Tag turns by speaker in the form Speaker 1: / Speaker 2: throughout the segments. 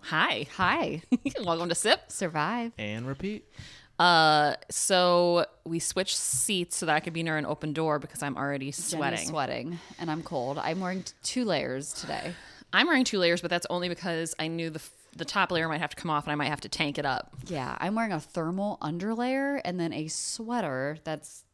Speaker 1: Hi.
Speaker 2: Hi.
Speaker 1: Welcome to Sip.
Speaker 2: Survive.
Speaker 3: And repeat.
Speaker 1: Uh, so we switched seats so that I could be near an open door because I'm already sweating.
Speaker 2: Jenny's sweating. And I'm cold. I'm wearing t- two layers today.
Speaker 1: I'm wearing two layers, but that's only because I knew the f- the top layer might have to come off and I might have to tank it up.
Speaker 2: Yeah. I'm wearing a thermal underlayer and then a sweater that's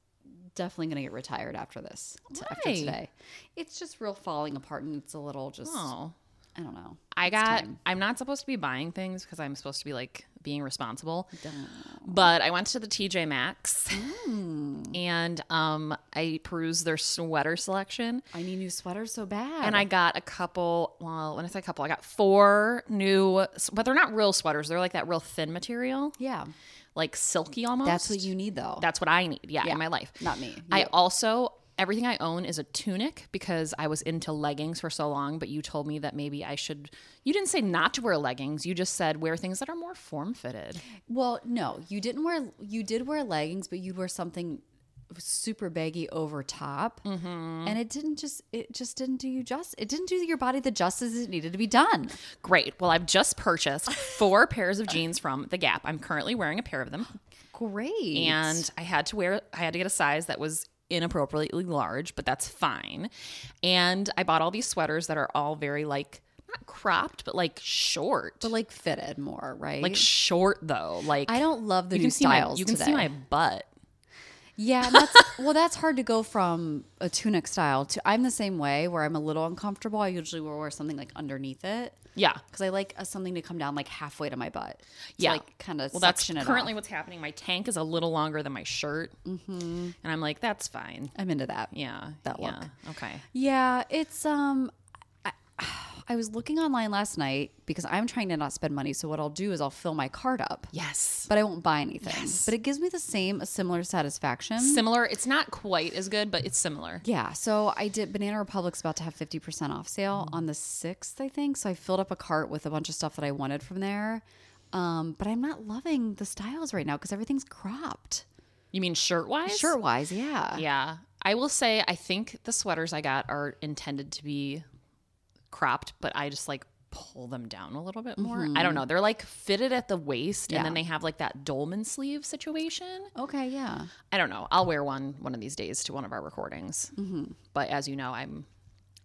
Speaker 2: definitely going to get retired after this. t- After
Speaker 1: Why?
Speaker 2: today. It's just real falling apart and it's a little just,
Speaker 1: Oh.
Speaker 2: I don't know.
Speaker 1: I
Speaker 2: It's
Speaker 1: got
Speaker 2: time.
Speaker 1: I'm not supposed to be buying things because I'm supposed to be like being responsible.
Speaker 2: Don't- Hmm.
Speaker 1: But I went to the TJ Maxx and um I perused their sweater selection
Speaker 2: I need new sweaters so bad.
Speaker 1: and I got a couple, well, when I say a couple, I got four new but they're not real sweaters. They're like that real thin material,
Speaker 2: yeah.
Speaker 1: like silky almost.
Speaker 2: That's what you need though.
Speaker 1: That's what I need. Yeah, in my life.
Speaker 2: Not me.
Speaker 1: I
Speaker 2: You.
Speaker 1: also everything I own is a tunic because I was into leggings for so long, but you told me that maybe I should you didn't say not to wear leggings, you just said wear things that are more form fitted.
Speaker 2: Well, no, you didn't wear. You did wear leggings, but you'd wear something super baggy over top,
Speaker 1: Mm-hmm.
Speaker 2: and it didn't just. It just didn't do you just. It didn't do your body the justice it needed to be done.
Speaker 1: Great. Well, I've just purchased four pairs of jeans from The Gap. I'm currently wearing a pair of them.
Speaker 2: Great.
Speaker 1: And I had to wear I had to get a size that was inappropriately large, but that's fine. And I bought all these sweaters that are all very like not cropped, but like short.
Speaker 2: but like fitted more, right?
Speaker 1: like short though. Like
Speaker 2: I don't love the
Speaker 1: you
Speaker 2: new
Speaker 1: can see my
Speaker 2: styles.
Speaker 1: you can
Speaker 2: today.
Speaker 1: see my butt.
Speaker 2: Yeah, and that's, well, that's hard to go from a tunic style to. I'm the same way where I'm a little uncomfortable. I usually will wear something like underneath it
Speaker 1: Yeah.
Speaker 2: because I like uh, something to come down like halfway to my butt. To,
Speaker 1: Yeah.
Speaker 2: like kind of
Speaker 1: Well, that's
Speaker 2: section it
Speaker 1: currently
Speaker 2: off.
Speaker 1: what's happening. My tank is a little longer than my shirt, mm-hmm. and I'm like, that's fine.
Speaker 2: I'm into that.
Speaker 1: Yeah,
Speaker 2: That
Speaker 1: yeah,
Speaker 2: look.
Speaker 1: Okay.
Speaker 2: Yeah, it's um I, I was looking online last night because I'm trying to not spend money, so what I'll do is I'll fill my card up.
Speaker 1: Yes.
Speaker 2: But I won't buy anything. But it gives me the same a similar satisfaction.
Speaker 1: Similar. It's not quite as good, but it's similar.
Speaker 2: yeah, so I did Banana Republic's about to have 50% off sale on the 6th, I think. So I filled up a cart with a bunch of stuff that I wanted from there. Um, but I'm not loving the styles right now because everything's cropped.
Speaker 1: You mean shirt wise?
Speaker 2: Shirt wise, yeah.
Speaker 1: Yeah. I will say, I think the sweaters I got are intended to be cropped, but I just like pull them down a little bit more. I don't know. They're like fitted at the waist,
Speaker 2: Yeah.
Speaker 1: and then they have like that dolman sleeve situation.
Speaker 2: Okay, yeah.
Speaker 1: I don't know. I'll wear one one of these days to one of our recordings. But as you know, I'm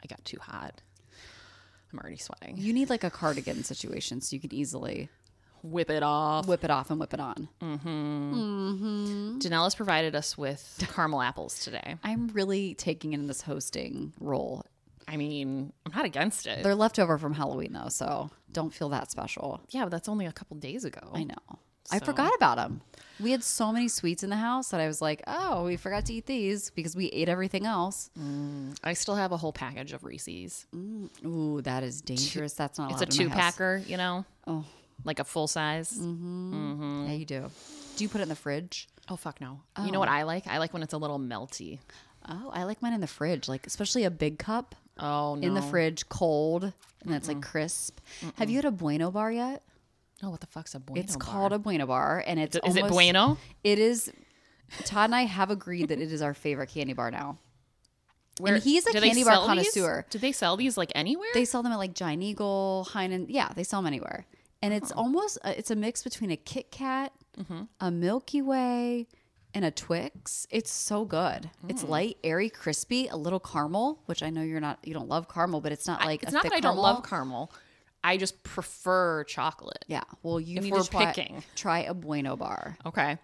Speaker 1: I got too hot. I'm already sweating.
Speaker 2: You need like a cardigan situation so you can easily
Speaker 1: Whip it off.
Speaker 2: whip it off and whip it on.
Speaker 1: Danella's provided us with caramel apples today.
Speaker 2: I'm really taking in this hosting role.
Speaker 1: I mean, I'm not against it.
Speaker 2: They're leftover from Halloween though, so don't feel that special.
Speaker 1: yeah, but that's only a couple days ago.
Speaker 2: I know. I forgot about them. We had so many sweets in the house that I was like, "Oh, we forgot to eat these because we ate everything else."
Speaker 1: I still have a whole package of Reese's.
Speaker 2: Ooh, that is dangerous. That's not.
Speaker 1: It's a
Speaker 2: allowed in
Speaker 1: two
Speaker 2: my house. Mm.
Speaker 1: packer, you know? Oh. Like a full size.
Speaker 2: Yeah, you do. Do you put it in the fridge?
Speaker 1: Oh fuck no. You know what I like? I like when it's a little melty.
Speaker 2: Oh, I like mine in the fridge, like especially a big cup
Speaker 1: Oh no.
Speaker 2: in the fridge, cold, and that's like crisp. Have you had a Bueno bar yet?
Speaker 1: Oh, what the fuck's a bueno?
Speaker 2: It's
Speaker 1: bar?
Speaker 2: called a Bueno bar, and it's
Speaker 1: Is it
Speaker 2: almost-
Speaker 1: bueno?
Speaker 2: It is. Todd and I have agreed that it is our favorite candy bar now.
Speaker 1: Where-
Speaker 2: and he's a
Speaker 1: do they
Speaker 2: candy bar
Speaker 1: sell these?
Speaker 2: connoisseur.
Speaker 1: Do they sell these like anywhere?
Speaker 2: They sell them at like Giant Eagle, Heinen. Yeah, they sell them anywhere. And it's
Speaker 1: Uh-huh.
Speaker 2: almost a, it's a mix between a Kit Kat,
Speaker 1: Mm-hmm.
Speaker 2: a Milky Way, and a Twix. It's so good. It's
Speaker 1: Mm.
Speaker 2: light, airy, crispy, a little caramel, which I know you're not you don't love caramel, but it's not like
Speaker 1: it's
Speaker 2: a
Speaker 1: not
Speaker 2: thick
Speaker 1: that I don't
Speaker 2: caramel.
Speaker 1: love caramel. I just prefer chocolate.
Speaker 2: Yeah, well, you
Speaker 1: If
Speaker 2: need
Speaker 1: we're
Speaker 2: to try,
Speaker 1: picking.
Speaker 2: try a Bueno bar.
Speaker 1: Okay.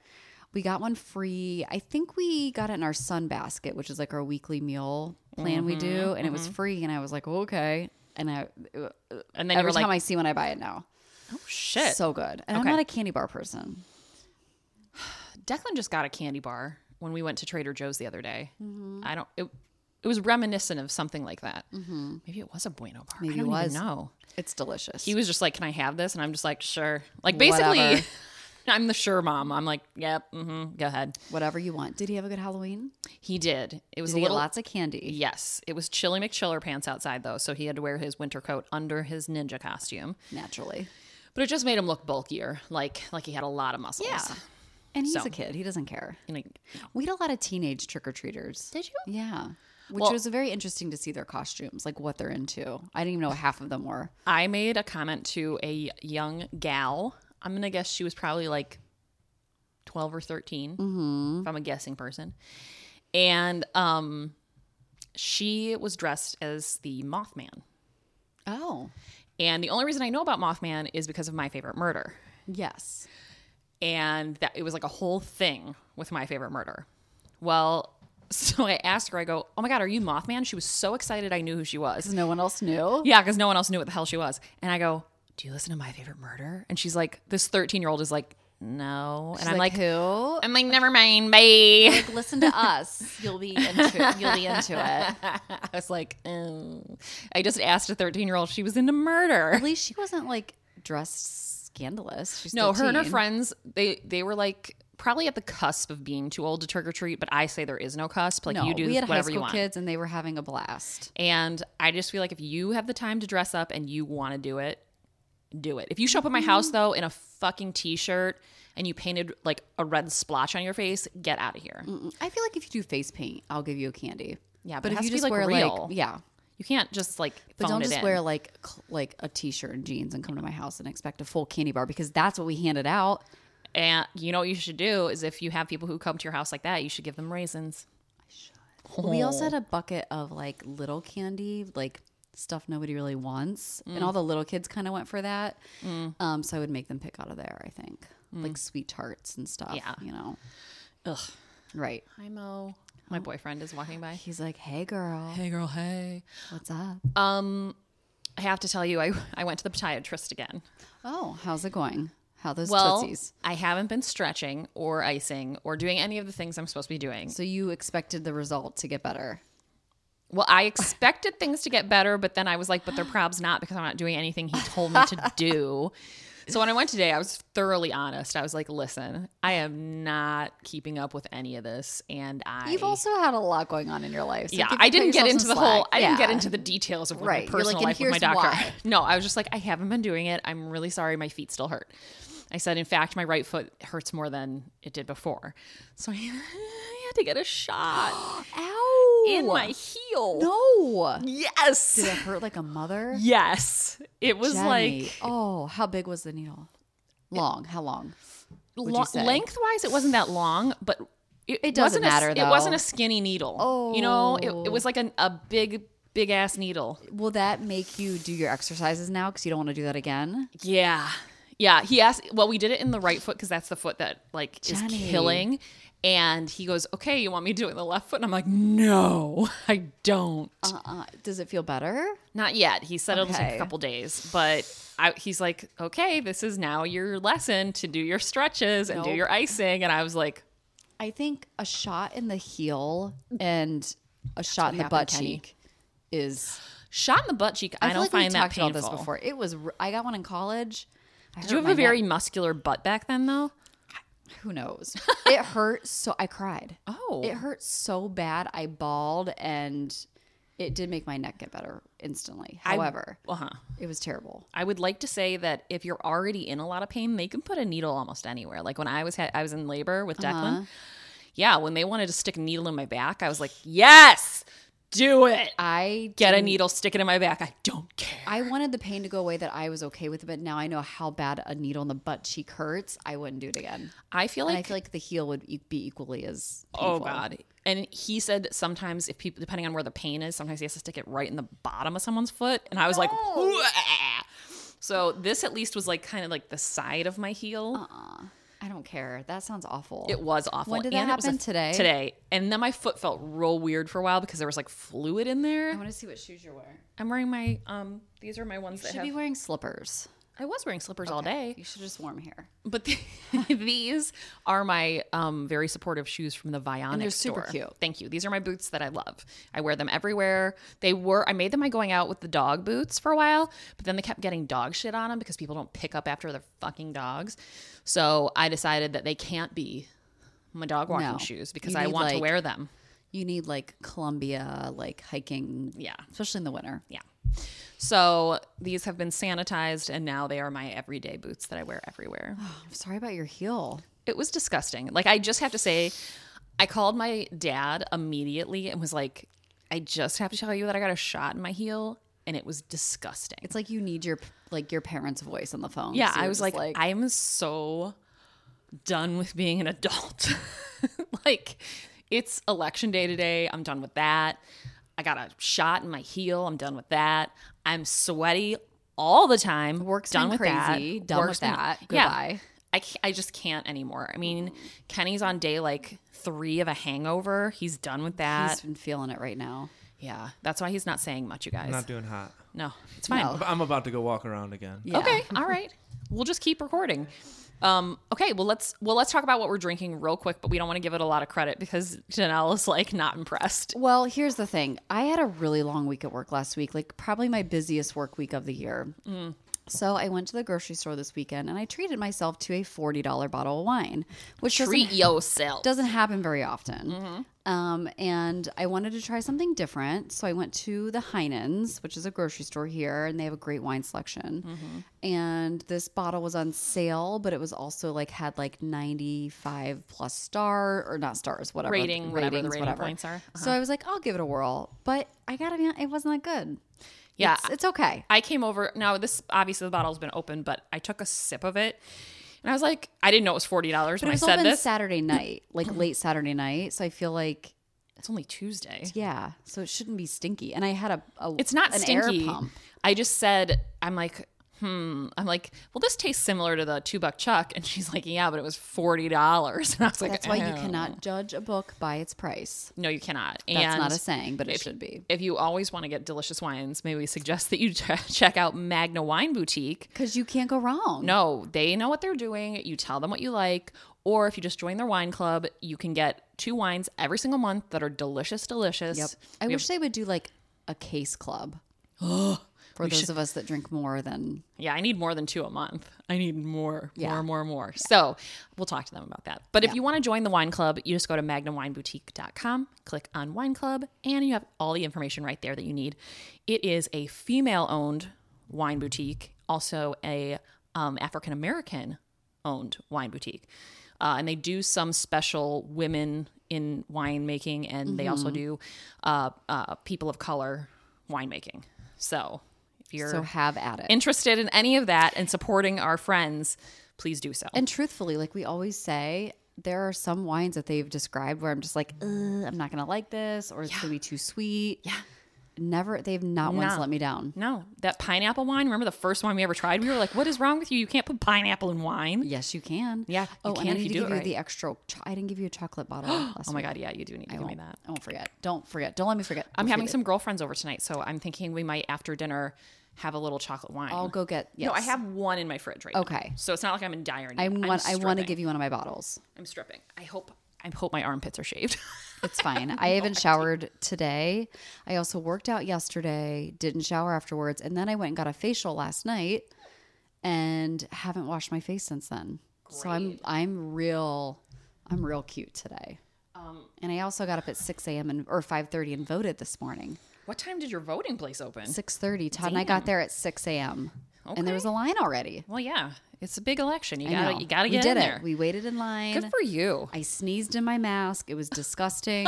Speaker 2: We got one free. I think we got it in our sun basket, which is like our weekly meal plan we do, and it was free. And I was like, okay. And I
Speaker 1: Mm-hmm, And then
Speaker 2: every
Speaker 1: you're
Speaker 2: time
Speaker 1: like,
Speaker 2: I see one, I buy it now.
Speaker 1: oh shit. So
Speaker 2: So good. And I'm
Speaker 1: Okay.
Speaker 2: not a candy bar person.
Speaker 1: Declan just got a candy bar when we went to Trader Joe's the other day.
Speaker 2: Mm-hmm.
Speaker 1: I don't. It, it was reminiscent of something like that. Maybe it was a Bueno bar. I
Speaker 2: Mm-hmm. Maybe it
Speaker 1: don't
Speaker 2: was.
Speaker 1: even know.
Speaker 2: It's delicious.
Speaker 1: He was just like, "Can I have this?" And I'm just like, "Sure." Like basically,
Speaker 2: Whatever.
Speaker 1: I'm the sure mom. I'm like, "Yep, mm-hmm, go ahead."
Speaker 2: Whatever you want. Did he have a good Halloween?
Speaker 1: He did. It was
Speaker 2: Did
Speaker 1: a
Speaker 2: he get
Speaker 1: little
Speaker 2: lots of candy?
Speaker 1: Yes, it was chilly McChiller pants outside though, so he had to wear his winter coat under his ninja costume.
Speaker 2: Naturally.
Speaker 1: But it just made him look bulkier, like like he had a lot of muscles.
Speaker 2: And he's
Speaker 1: So-
Speaker 2: a kid. He doesn't care.
Speaker 1: And like,
Speaker 2: We had a lot of teenage trick or treaters.
Speaker 1: did you?
Speaker 2: Yeah. which
Speaker 1: Well-
Speaker 2: was very interesting to see their costumes, like what they're into. I didn't even know half of them were.
Speaker 1: I made a comment to a young gal. I'm going to guess she was probably like 12 or 13, if I'm a guessing person. And um, she was dressed as the Mothman.
Speaker 2: Oh,
Speaker 1: And the only reason I know about Mothman is because of my favorite murder.
Speaker 2: yes.
Speaker 1: And that it was like a whole thing with my favorite murder. Well, so I asked her, I go, Oh my God, are you Mothman? She was so excited I knew who she was.
Speaker 2: No one else knew.
Speaker 1: Yeah, because no one else knew what the hell she was. And I go, Do you listen to My Favorite Murder? And she's like, This 13 year old is like, No. and I'm like,
Speaker 2: who?
Speaker 1: I'm like, Never mind, babe.
Speaker 2: Listen to us. You'll be into. You'll be into it.
Speaker 1: I was like, "Oh." I just asked a 13 year old if she was into murder.
Speaker 2: At least she wasn't like dressed scandalous. She's
Speaker 1: No, her and her
Speaker 2: 13.
Speaker 1: friends, they, they were like, Probably at the cusp of being too old to trick or treat, but I say there is no cusp. Like
Speaker 2: No,
Speaker 1: you do
Speaker 2: we had high
Speaker 1: whatever you
Speaker 2: school
Speaker 1: want.
Speaker 2: kids, and they were having a blast.
Speaker 1: And I just feel like if you have the time to dress up and you want to do it, do it. If you show up at my house
Speaker 2: Mm-hmm.
Speaker 1: though in a fucking t-shirt and you painted like a red splotch on your face, get out of here.
Speaker 2: I feel like if you do face paint, I'll give you a candy.
Speaker 1: Mm. Yeah, but it
Speaker 2: but if
Speaker 1: has
Speaker 2: you
Speaker 1: to be,
Speaker 2: just
Speaker 1: like,
Speaker 2: wear
Speaker 1: real.
Speaker 2: like yeah,
Speaker 1: You can't just like
Speaker 2: but
Speaker 1: phone
Speaker 2: don't
Speaker 1: it
Speaker 2: just
Speaker 1: in.
Speaker 2: wear like cl- like a t-shirt and jeans and come to my house and expect a full candy bar because that's what we handed out.
Speaker 1: and you know what you should do is if you have people who come to your house like that, you should give them raisins.
Speaker 2: We also had a bucket of like little candy, like stuff nobody really wants, and all the little kids kind of went for that.
Speaker 1: Mm.
Speaker 2: Um, so I would make them pick out of there. I think like sweet tarts and stuff.
Speaker 1: Yeah.
Speaker 2: you know,
Speaker 1: Ugh.
Speaker 2: right?
Speaker 1: Hi Mo.
Speaker 2: Oh.
Speaker 1: My boyfriend is walking by.
Speaker 2: He's like, "Hey, girl,
Speaker 1: Hey Uh, girl, hey.
Speaker 2: what's up?
Speaker 1: I have to tell you, I I went to the podiatrist again.
Speaker 2: oh, how's it going? How those
Speaker 1: Well,
Speaker 2: tootsies?"
Speaker 1: I haven't been stretching or icing or doing any of the things I'm supposed to be doing.
Speaker 2: So you expected the result to get better.
Speaker 1: Well, I expected things to get better, but then I was like, but they're probs not because I'm not doing anything he told me to do. So when I went today, I was thoroughly honest. I was like, listen, I am not keeping up with any of this. And I
Speaker 2: You've also had a lot going on in your life. so
Speaker 1: yeah,
Speaker 2: give-
Speaker 1: I
Speaker 2: cut
Speaker 1: didn't get
Speaker 2: yourself
Speaker 1: into
Speaker 2: some
Speaker 1: the whole.
Speaker 2: slack.
Speaker 1: I didn't get
Speaker 2: Yeah.
Speaker 1: into the details of what
Speaker 2: Right.
Speaker 1: my
Speaker 2: You're
Speaker 1: personal
Speaker 2: like, and
Speaker 1: life with my
Speaker 2: here's
Speaker 1: doctor.
Speaker 2: why.
Speaker 1: No, I was just like, I haven't been doing it. I'm really sorry. My feet still hurt. I said, in fact, my right foot hurts more than it did before. So I had to get a shot
Speaker 2: Ow!
Speaker 1: in my heel.
Speaker 2: no.
Speaker 1: Yes.
Speaker 2: Did it hurt like a mother?
Speaker 1: Yes. It was
Speaker 2: Jenny.
Speaker 1: like
Speaker 2: oh, how big was the needle? Long. How long?
Speaker 1: lo-
Speaker 2: say?
Speaker 1: lengthwise it wasn't that long, but it,
Speaker 2: It doesn't
Speaker 1: wasn't a s-
Speaker 2: matter,
Speaker 1: It
Speaker 2: though.
Speaker 1: wasn't a skinny needle. You know, it, it was like an, a big big ass needle.
Speaker 2: Will that make you do your exercises now because you don't want to do that again?
Speaker 1: Yeah. Yeah, he asked well we did it in the right foot cuz that's the foot that like
Speaker 2: Jenny.
Speaker 1: is killing and he goes, "Okay, you want me to do it in the left foot?" And I'm like, "No, I don't."
Speaker 2: Uh-uh. Does it feel better?
Speaker 1: Not yet. He said it'll take
Speaker 2: Okay.
Speaker 1: a couple days, but I, he's like, "Okay, this is now your lesson to do your stretches and do
Speaker 2: Nope.
Speaker 1: your icing." And I was like,
Speaker 2: I think a shot in the heel and a shot in the
Speaker 1: happened,
Speaker 2: butt
Speaker 1: Kenny.
Speaker 2: cheek is.
Speaker 1: Shot in the butt cheek. I,
Speaker 2: feel
Speaker 1: don't
Speaker 2: like
Speaker 1: find
Speaker 2: we
Speaker 1: that
Speaker 2: talked
Speaker 1: painful.
Speaker 2: about this before. It was. r- I got one in college. I
Speaker 1: Did you
Speaker 2: hurt
Speaker 1: have
Speaker 2: my
Speaker 1: a very muscular butt back then, though?
Speaker 2: who knows? it hurt so I cried.
Speaker 1: Oh.
Speaker 2: It hurt so bad I bawled and it did make my neck get better instantly. However,
Speaker 1: Uh huh.
Speaker 2: it was terrible.
Speaker 1: I would like to say that if you're already in a lot of pain, they can put a needle almost anywhere. Like when I was ha- I was in labor with
Speaker 2: Uh-huh.
Speaker 1: Declan. Yeah, when they wanted to stick a needle in my back, I was like, "Yes, do it.
Speaker 2: I
Speaker 1: Get a needle, stick it in my back. I don't care."
Speaker 2: I wanted the pain to go away that I was okay with, but now I know how bad a needle in the butt cheek hurts. I wouldn't do it again.
Speaker 1: I feel
Speaker 2: And
Speaker 1: like
Speaker 2: I feel like the heel would e- be equally as
Speaker 1: Oh
Speaker 2: painful.
Speaker 1: God. And he said sometimes if people depending on where the pain is, sometimes he has to stick it right in the bottom of someone's foot. And I was like, "Wah." so this at least was like kind of like the side of my heel.
Speaker 2: I don't care. That sounds awful.
Speaker 1: It was awful.
Speaker 2: Uh-uh. When did that
Speaker 1: and it was a-
Speaker 2: happen? Today?
Speaker 1: Today. And then my foot felt real weird for a while because there was like fluid in
Speaker 2: I
Speaker 1: there.
Speaker 2: want to see what shoes you're wearing.
Speaker 1: I'm wearing my um these are my ones
Speaker 2: You
Speaker 1: that
Speaker 2: should
Speaker 1: have,
Speaker 2: be wearing slippers
Speaker 1: I was wearing slippers all day.
Speaker 2: You should just warm here.
Speaker 1: But the, these are my um, very supportive shoes from the Vionic
Speaker 2: they're super
Speaker 1: store.
Speaker 2: cute.
Speaker 1: Thank you. These are my boots that I love. I wear them everywhere. They were I made them my going out with the dog boots for a while, but then they kept getting dog shit on them because people don't pick up after their fucking dogs. So I decided that they can't be my dog walking
Speaker 2: No.
Speaker 1: shoes because
Speaker 2: You
Speaker 1: I
Speaker 2: need,
Speaker 1: want to
Speaker 2: like-
Speaker 1: wear them.
Speaker 2: You need like Columbia, like hiking,
Speaker 1: Yeah.
Speaker 2: especially in the winter.
Speaker 1: Yeah. So these have been sanitized and now they are my everyday boots that I wear everywhere.
Speaker 2: I'm sorry about your heel.
Speaker 1: It was disgusting. Like I just have to say, I called my dad immediately and was like, I just have to tell you that I got a shot in my heel and it was disgusting.
Speaker 2: It's like you need your like your parents' voice on the phone.
Speaker 1: yeah,
Speaker 2: So
Speaker 1: I
Speaker 2: you're
Speaker 1: was
Speaker 2: just
Speaker 1: like, I am so done with being an adult. like, it's election day today. I'm done with that. I got a shot in my heel. I'm done with that. I'm sweaty all the time.
Speaker 2: Work's
Speaker 1: done
Speaker 2: been
Speaker 1: with that.
Speaker 2: crazy. Done with
Speaker 1: been-
Speaker 2: that. Goodbye.
Speaker 1: I, ca- I just can't anymore. I mean, Kenny's on day like three of a hangover. He's done with that.
Speaker 2: he's been feeling it right now.
Speaker 1: yeah, that's why he's not saying much, you guys.
Speaker 3: I'm not doing hot.
Speaker 1: no, it's fine.
Speaker 2: No.
Speaker 3: I'm about to go walk around again.
Speaker 2: Yeah.
Speaker 1: Okay, all right. We'll just keep recording. Um, okay, well let's well let's talk about what we're drinking real quick, but we don't want to give it a lot of credit because Janelle is like not impressed.
Speaker 2: Well, here's the thing. I had a really long week at work last week, like probably my busiest work week of the year. So I went to the grocery store this weekend and I treated myself to a forty dollar bottle of wine, which doesn't
Speaker 1: Treat yourself.
Speaker 2: doesn't happen very often.
Speaker 1: Mm-hmm.
Speaker 2: Um, and I wanted to try something different, so I went to the Heinens, which is a grocery store here, and they have a great wine selection.
Speaker 1: Mm-hmm.
Speaker 2: And this bottle was on sale, but it was also like had like ninety five plus star or not stars, whatever
Speaker 1: Rating, whatever the rating points are. Uh-huh.
Speaker 2: So I was like, I'll give it a whirl, but I gotta be, hon- it wasn't that good.
Speaker 1: Yeah.
Speaker 2: it's, it's okay.
Speaker 1: I came over now this obviously the bottle's been open, but I took a sip of it and I was like, I didn't know it was forty dollars
Speaker 2: But
Speaker 1: when
Speaker 2: it
Speaker 1: I
Speaker 2: was
Speaker 1: said
Speaker 2: open
Speaker 1: this.
Speaker 2: Saturday night, like late Saturday night. So I feel like
Speaker 1: it's only Tuesday.
Speaker 2: yeah, so it shouldn't be stinky. And I had a, a
Speaker 1: It's not
Speaker 2: an
Speaker 1: stinky.
Speaker 2: air pump.
Speaker 1: I just said I'm like, hmm. I'm like, well, this tastes similar to the two buck chuck, and she's like, yeah, but it was forty dollars, and I was like,
Speaker 2: That's why you
Speaker 1: "Oh."
Speaker 2: cannot judge a book by its price.
Speaker 1: No, you cannot.
Speaker 2: That's
Speaker 1: and
Speaker 2: not a saying, but it
Speaker 1: if-
Speaker 2: should be.
Speaker 1: If you always want to get delicious wines, maybe we suggest that you ch- check out Magna Wine Boutique.
Speaker 2: Because you can't go wrong.
Speaker 1: No, they know what they're doing. You tell them what you like. Or if you just join their wine club, you can get two wines every single month that are delicious, delicious.
Speaker 2: Yep. I wish they would do like a case club. For those of us that drink more than
Speaker 1: Yeah, I need more than two a month. I need more,
Speaker 2: Yeah.
Speaker 1: more, more, more. So we'll talk to them about that. But if you want to join the wine club, you just go to magnumwineboutique.com, click on wine club, and you have all the information right there that you need. It is a female owned wine boutique, also a um, African American owned wine boutique. Uh, and they do some special women in winemaking, and they also
Speaker 2: Mm-hmm.
Speaker 1: do uh, uh, people of color winemaking. So if you're
Speaker 2: so have at it.
Speaker 1: interested in any of that and supporting our friends, please do so.
Speaker 2: and truthfully, like we always say, there are some wines that they've described where I'm just like, "Ugh, I'm not gonna like this, or it's gonna be too sweet. Yeah. Never they've not once
Speaker 1: No.
Speaker 2: let me down.
Speaker 1: no, that pineapple wine. Remember the first wine we ever tried? We were like, "What is wrong with you? You can't put pineapple in wine."
Speaker 2: Yes, you can.
Speaker 1: Yeah, you
Speaker 2: oh,
Speaker 1: can
Speaker 2: and I
Speaker 1: if
Speaker 2: need
Speaker 1: you
Speaker 2: to
Speaker 1: do
Speaker 2: give
Speaker 1: it
Speaker 2: you
Speaker 1: right.
Speaker 2: the extra. Cho- I didn't give you a chocolate bottle. last
Speaker 1: Oh my
Speaker 2: week.
Speaker 1: god, yeah, you do need to give me that.
Speaker 2: I won't forget. Don't forget. Don't let me forget.
Speaker 1: I'm
Speaker 2: We'll
Speaker 1: having
Speaker 2: forget.
Speaker 1: some girlfriends over tonight, so I'm thinking we might after dinner have a little chocolate wine.
Speaker 2: I'll go get. Yes.
Speaker 1: No, I have one in my fridge right now.
Speaker 2: Okay.
Speaker 1: So it's not like I'm in dire need.
Speaker 2: I
Speaker 1: I'm
Speaker 2: want. I want to
Speaker 1: stripping.
Speaker 2: give you one of my bottles.
Speaker 1: I'm stripping. I hope. I hope my armpits are shaved.
Speaker 2: It's fine. I haven't showered today. I also worked out yesterday. Didn't shower afterwards, and then I went and got a facial last night, and haven't washed my face since then. So I'm I'm real, I'm real cute today.
Speaker 1: Um,
Speaker 2: and I also got up at 6 a.m. and or 5:30 and voted this morning.
Speaker 1: what time did your voting place open?
Speaker 2: 6:30. Todd and I got there at 6 a.m. and there was a line already.
Speaker 1: Well, yeah, it's a big election. You
Speaker 2: I
Speaker 1: gotta,
Speaker 2: know.
Speaker 1: you gotta
Speaker 2: we
Speaker 1: get
Speaker 2: did
Speaker 1: in
Speaker 2: it.
Speaker 1: there.
Speaker 2: We waited in line.
Speaker 1: Good for you.
Speaker 2: I sneezed in my mask. It was disgusting.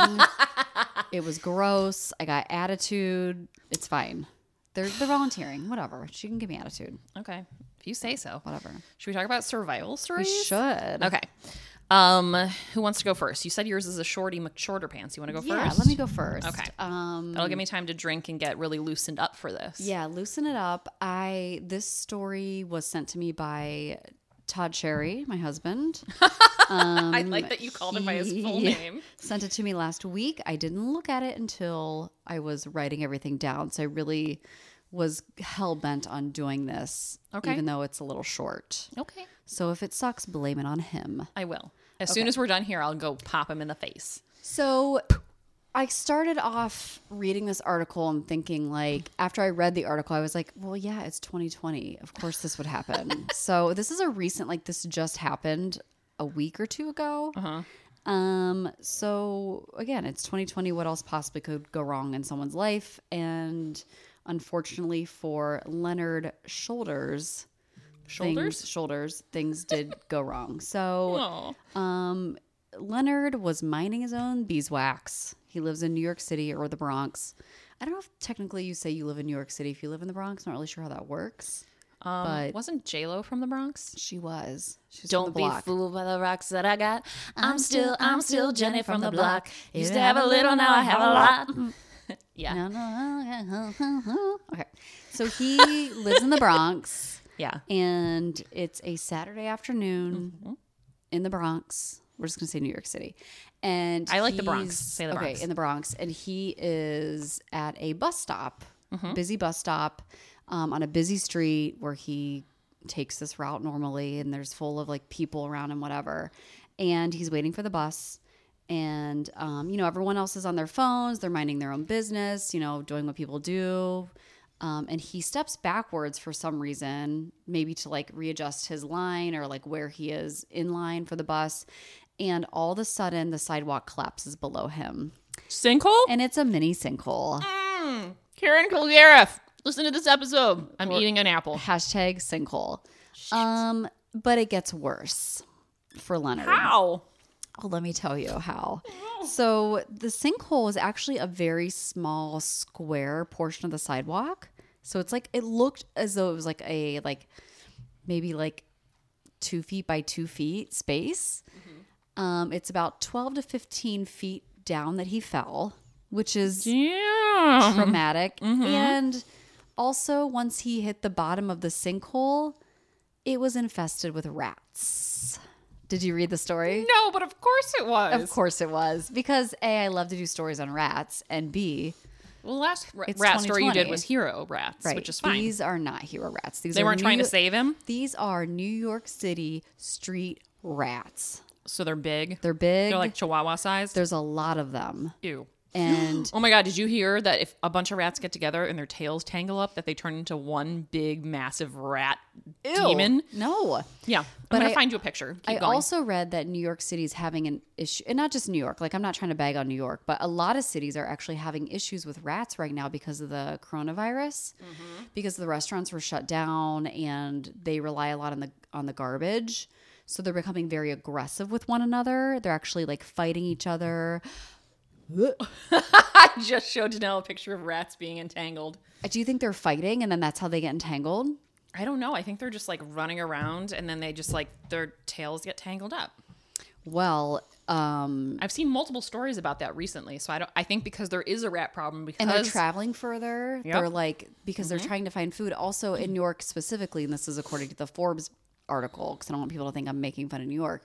Speaker 2: it was gross. I got attitude. It's fine. They're they're volunteering. Whatever. She can give me attitude.
Speaker 1: Okay, if you say so.
Speaker 2: Whatever.
Speaker 1: Should we talk about survival
Speaker 2: We
Speaker 1: stories?
Speaker 2: should.
Speaker 1: Okay. Um, who wants to go first? You said yours is a shorty McShorter pants. You want to go
Speaker 2: Yeah.
Speaker 1: first?
Speaker 2: Let me go first.
Speaker 1: Okay.
Speaker 2: Um.
Speaker 1: That'll give me time to drink and get really loosened up for this.
Speaker 2: Yeah. Loosen it up. I this story was sent to me by Todd Sherry, my husband.
Speaker 1: I like that you called him by his full
Speaker 2: he-
Speaker 1: name.
Speaker 2: sent it to me last week. I didn't look at it until I was writing everything down. So I really was hell bent on doing this,
Speaker 1: Okay.
Speaker 2: even though it's a little short.
Speaker 1: Okay.
Speaker 2: So if it sucks, blame it on him.
Speaker 1: I will. As soon as we're done here, I'll go pop him in the face.
Speaker 2: So I started off reading this article and thinking, like, after I read the article, I was like, well, yeah, it's 2020. Of course this would happen. so this is a recent, like, this just happened a week or two ago. Um, so again, it's 2020. What else possibly could go wrong in someone's life? And unfortunately for Leonard Shoulders,
Speaker 1: Shoulders?
Speaker 2: things, shoulders, things did go wrong. So
Speaker 1: Oh.
Speaker 2: um, Leonard was mining his own beeswax. He lives in New York City or the Bronx. I don't know if technically you say you live in New York City if you live in the Bronx. I'm not really sure how that works.
Speaker 1: Um,
Speaker 2: But-
Speaker 1: wasn't J Lo from the Bronx?
Speaker 2: She was. She's
Speaker 1: Don't be
Speaker 2: block.
Speaker 1: fooled by the rocks that I got. I'm still, I'm still Jenny from the block. Used to have a little, now I have a lot. yeah,
Speaker 2: No, no, no, no. Okay. So he lives in the Bronx
Speaker 1: yeah.
Speaker 2: and it's a Saturday afternoon
Speaker 1: Mm-hmm.
Speaker 2: in the Bronx. We're just going to say New York City. And
Speaker 1: I like the Bronx.
Speaker 2: he's-
Speaker 1: Say the
Speaker 2: okay,
Speaker 1: Bronx.
Speaker 2: in the Bronx. And he is at a bus stop, busy bus stop um, on a busy street where he takes this route normally and there's full of like people around and whatever. And he's waiting for the bus. And, um, you know, everyone else is on their phones. They're minding their own business, you know, doing what people do. Um, and he steps backwards for some reason, maybe to like readjust his line or like where he is in line for the bus. And all of a sudden, the sidewalk collapses below him.
Speaker 1: Sinkhole.
Speaker 2: And it's a mini sinkhole.
Speaker 1: Karen Kilgariff. Listen to this episode. I'm eating an apple.
Speaker 2: Hashtag sinkhole. Um, but it gets worse for Leonard.
Speaker 1: How?
Speaker 2: Oh, let me tell you how. So the sinkhole is actually a very small square portion of the sidewalk. So it's like it looked as though it was like a like maybe like two feet by two feet space. Um, it's about twelve to fifteen feet down that he fell, which is
Speaker 1: Yeah.
Speaker 2: traumatic.
Speaker 1: Mm-hmm.
Speaker 2: And also, once he hit the bottom of the sinkhole, it was infested with rats. Did you read the story?
Speaker 1: No, but of course it was.
Speaker 2: Of course it was because A, I love to do stories on rats, and B,
Speaker 1: Well, the last ra-
Speaker 2: It's
Speaker 1: rat story you did
Speaker 2: 2020.
Speaker 1: was hero rats,
Speaker 2: right,
Speaker 1: which is fine.
Speaker 2: these are not hero rats. These
Speaker 1: they
Speaker 2: are
Speaker 1: weren't trying
Speaker 2: New-
Speaker 1: to save him,
Speaker 2: These are New York City street rats.
Speaker 1: so they're big.
Speaker 2: They're big.
Speaker 1: They're like chihuahua sized.
Speaker 2: There's a lot of them,
Speaker 1: Ew.
Speaker 2: and
Speaker 1: Oh my god, did you hear that if a bunch of rats get together and their tails tangle up that they turn into one big massive rat demon?
Speaker 2: No,
Speaker 1: Yeah. I'm
Speaker 2: But
Speaker 1: going
Speaker 2: I-
Speaker 1: to find you a picture. Keep
Speaker 2: I
Speaker 1: going.
Speaker 2: also read that New York City is having an issue, and not just New York. Like, I'm not trying to bag on New York, but a lot of cities are actually having issues with rats right now because of the coronavirus,
Speaker 1: Mm-hmm.
Speaker 2: because the restaurants were shut down and they rely a lot on the on the garbage, so they're becoming very aggressive with one another. They're actually like fighting each other.
Speaker 1: I just showed Janelle a picture of rats being entangled.
Speaker 2: Do you think they're fighting, and then that's how they get entangled?
Speaker 1: I don't know. I think they're just like running around and then they just like their tails get tangled up.
Speaker 2: Well, um,
Speaker 1: I've seen multiple stories about that recently. So I don't I think because there is a rat problem because
Speaker 2: and they're traveling further.
Speaker 1: Yep. Mm-hmm.
Speaker 2: They're like because they're trying to find food. Also in New York specifically, and this is according to the Forbes article because I don't want people to think I'm making fun of New York.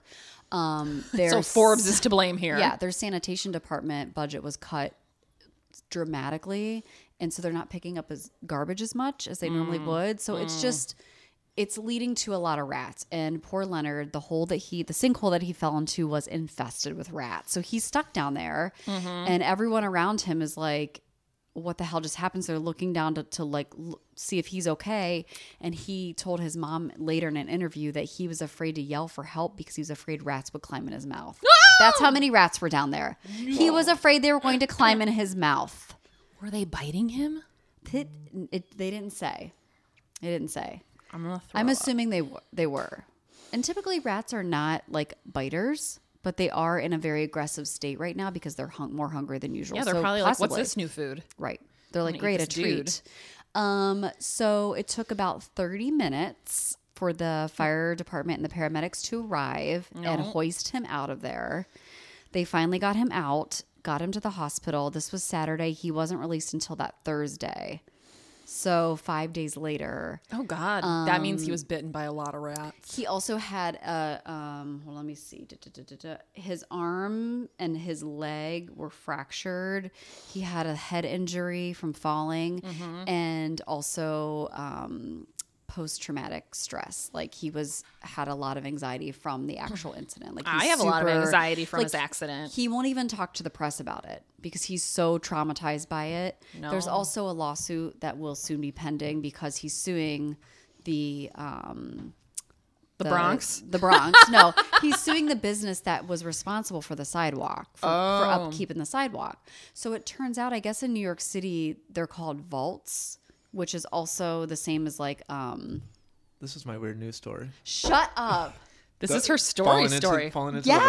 Speaker 2: Um, their
Speaker 1: so Forbes is to blame here.
Speaker 2: yeah, their sanitation department budget was cut dramatically, and so they're not picking up as garbage as much as they normally
Speaker 1: Mm,
Speaker 2: would. So it's just it's leading to a lot of rats. And poor Leonard, the hole that he, the sinkhole that he fell into was infested with rats. So he's stuck down there,
Speaker 1: Mm-hmm.
Speaker 2: and everyone around him is like. What the hell just happens? They're looking down to, to like l- see if he's okay. And he told his mom later in an interview that he was afraid to yell for help because he was afraid rats would climb in his mouth. That's how many rats were down there. He was afraid they were going to climb in his mouth.
Speaker 1: Were they biting him?
Speaker 2: It, it- they didn't say. They didn't say.
Speaker 1: I'm going to throw
Speaker 2: I'm assuming they w- they were. And typically rats are not like biters, but they are in a very aggressive state right now because they're hung- more hungry than usual.
Speaker 1: Yeah, they're
Speaker 2: So
Speaker 1: probably like
Speaker 2: possibly-
Speaker 1: what's this new food?
Speaker 2: Right. They're like,
Speaker 1: eat
Speaker 2: great, a
Speaker 1: this dude."
Speaker 2: treat. Um, so it took about 30 minutes for the fire department and the paramedics to arrive and hoist him out of there. They finally got him out, got him to the hospital. This was Saturday. He wasn't released until that Thursday. So five days later,
Speaker 1: Oh God, that means
Speaker 2: Um,
Speaker 1: he was bitten by a lot of rats.
Speaker 2: he also had a um well let me see Da, da, da, da, da. his arm and his leg were fractured he had a head injury from falling
Speaker 1: Mm-hmm.
Speaker 2: and also um post-traumatic stress like he was had a lot of anxiety from the actual incident like he's
Speaker 1: Hmm. I have a lot of
Speaker 2: super-
Speaker 1: anxiety from
Speaker 2: like,
Speaker 1: his accident.
Speaker 2: he won't even talk to the press about it because he's so traumatized by it. There's
Speaker 1: No.
Speaker 2: also a lawsuit that will soon be pending because he's suing the um,
Speaker 1: the Bronx.
Speaker 2: the Bronx. No, he's suing the business that was responsible for the sidewalk for, for
Speaker 1: Oh.
Speaker 2: upkeep in the sidewalk. So it turns out, I guess in New York City they're called vaults, which is also the same as like um.
Speaker 3: This is my weird news story.
Speaker 2: Shut up.
Speaker 1: This
Speaker 3: The-
Speaker 1: is her
Speaker 3: falling
Speaker 1: story
Speaker 3: into-
Speaker 1: story.
Speaker 3: falling into
Speaker 2: Yes!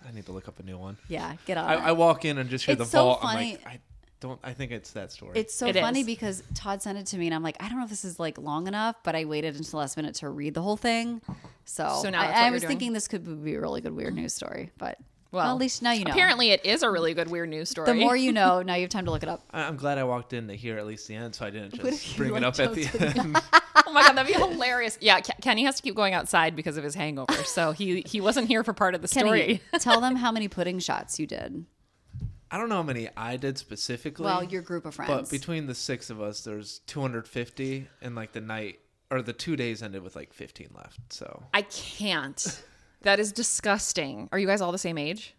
Speaker 3: the rat. I need to look up a new one.
Speaker 2: Yeah, get on.
Speaker 3: I,
Speaker 2: that.
Speaker 3: I walk in and just hear
Speaker 2: It's
Speaker 3: the
Speaker 2: so
Speaker 3: vault. I'm
Speaker 2: funny.
Speaker 3: like, I don't. I think it's that story.
Speaker 2: It's so
Speaker 1: It
Speaker 2: funny
Speaker 1: is.
Speaker 2: because Todd sent it to me, and I'm like, I don't know if this is like long enough, but I waited until the last minute to read the whole thing. So,
Speaker 1: So now that's what
Speaker 2: I, I
Speaker 1: you're
Speaker 2: was
Speaker 1: doing.
Speaker 2: thinking this could be a really good weird news story, but well,
Speaker 1: well,
Speaker 2: at least now you know.
Speaker 1: Apparently, it is a really good weird news story.
Speaker 2: the more you know, now you have time to look it up.
Speaker 3: I- I'm glad I walked in to hear at least the end, so I didn't
Speaker 2: What if
Speaker 3: just
Speaker 2: you, like,
Speaker 3: bring it up at the
Speaker 2: jumped
Speaker 3: end.
Speaker 1: oh my god, that'd be hilarious. Yeah, Ke- Kenny has to keep going outside because of his hangover, so he he wasn't here for part of the
Speaker 2: Kenny,
Speaker 1: story.
Speaker 2: tell them how many pudding shots you did.
Speaker 3: I don't know how many I did specifically.
Speaker 2: Well, your group of friends.
Speaker 3: But between the six of us, there's 250, and like the night or the two days ended with like 15 left. So
Speaker 1: I can't. That is disgusting. Are you guys all the same age?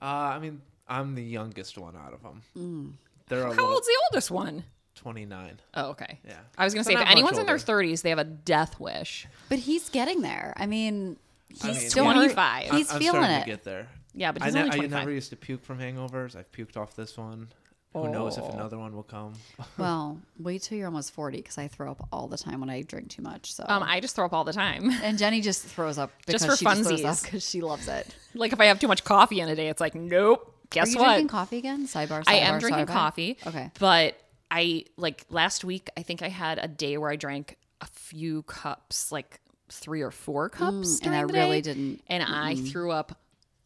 Speaker 3: uh, I mean, I'm the youngest one out of them.
Speaker 2: Mm.
Speaker 3: They're
Speaker 1: How
Speaker 3: a little
Speaker 1: old's the oldest one?
Speaker 3: 29.
Speaker 1: Oh, okay.
Speaker 3: Yeah.
Speaker 1: I was gonna
Speaker 3: So
Speaker 1: say if
Speaker 3: not much
Speaker 1: anyone's in their
Speaker 3: older.
Speaker 1: thirties, they have a death wish.
Speaker 2: but he's getting there. I mean, he's
Speaker 3: mean,
Speaker 2: still
Speaker 1: yeah. 25.
Speaker 2: He's
Speaker 3: I'm
Speaker 2: feeling
Speaker 3: starting
Speaker 2: it.
Speaker 3: to get there.
Speaker 1: Yeah, but
Speaker 3: I,
Speaker 1: he's
Speaker 3: ne-
Speaker 1: only
Speaker 3: I
Speaker 1: 25.
Speaker 3: never used to puke from hangovers. I've puked off this one. Who knows if
Speaker 1: Oh.
Speaker 3: another one will come?
Speaker 2: well, wait till you're almost 40 because I throw up all the time when I drink too much. So,
Speaker 1: Um, I just throw up all the time.
Speaker 2: and Jenny just throws up because
Speaker 1: Just for
Speaker 2: she just throws up
Speaker 1: funsies.
Speaker 2: because she loves it.
Speaker 1: like if I have too much coffee in a day, it's like nope. Guess
Speaker 2: Are you
Speaker 1: what?
Speaker 2: drinking coffee again? Sidebar. sidebar
Speaker 1: I am drinking
Speaker 2: sidebar.
Speaker 1: coffee.
Speaker 2: Okay.
Speaker 1: But I like last week I think I had a day where I drank a few cups, like three or four cups.
Speaker 2: Mm, and
Speaker 1: during
Speaker 2: I
Speaker 1: the
Speaker 2: really
Speaker 1: day,
Speaker 2: didn't-
Speaker 1: And I threw up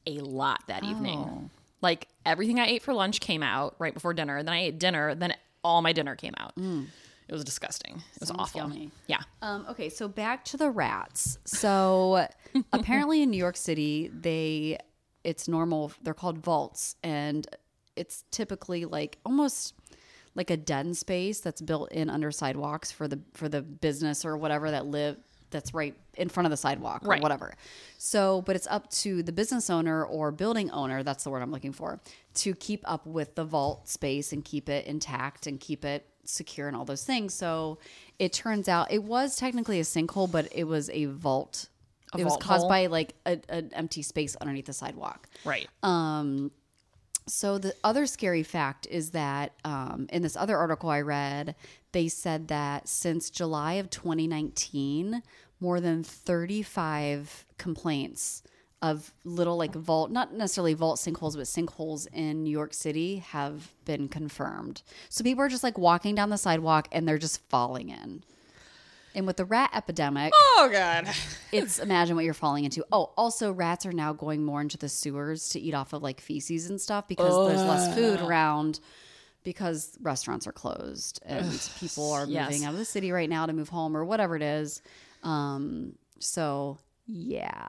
Speaker 1: a lot that evening.
Speaker 2: Oh.
Speaker 1: Like everything I ate for lunch came out right before dinner. Then I ate dinner, then all my dinner came out. It was disgusting. It was
Speaker 2: Mm. Sounds
Speaker 1: awful.
Speaker 2: yummy.
Speaker 1: Yeah.
Speaker 2: Um, okay, so back to the rats. So apparently in New York City, they it's normal. They're called vaults, and it's typically like almost like a den space that's built in under sidewalks for the for the business or whatever that live that's right in front of the sidewalk or
Speaker 1: Right.
Speaker 2: whatever. So, but it's up to the business owner or building owner, that's the word I'm looking for, to keep up with the vault space and keep it intact and keep it secure and all those things. So, it turns out it was technically a sinkhole, but it was a vault.
Speaker 1: vault
Speaker 2: it was caused
Speaker 1: hole?
Speaker 2: by like a, an empty space underneath the sidewalk.
Speaker 1: Right.
Speaker 2: Um, So the other scary fact is that um, in this other article I read, they said that since July of 2019, more than 35 complaints of little like vault, not necessarily vault sinkholes, but sinkholes in New York City have been confirmed. So people are just like walking down the sidewalk and they're just falling in. And with the rat epidemic,
Speaker 1: oh God.
Speaker 2: it's imagine what you're falling into. Oh, also rats are now going more into the sewers to eat off of like feces and stuff because there's less food around because restaurants are closed and people are
Speaker 1: yes.
Speaker 2: moving out of the city right now to move home or whatever it is. Um, so yeah.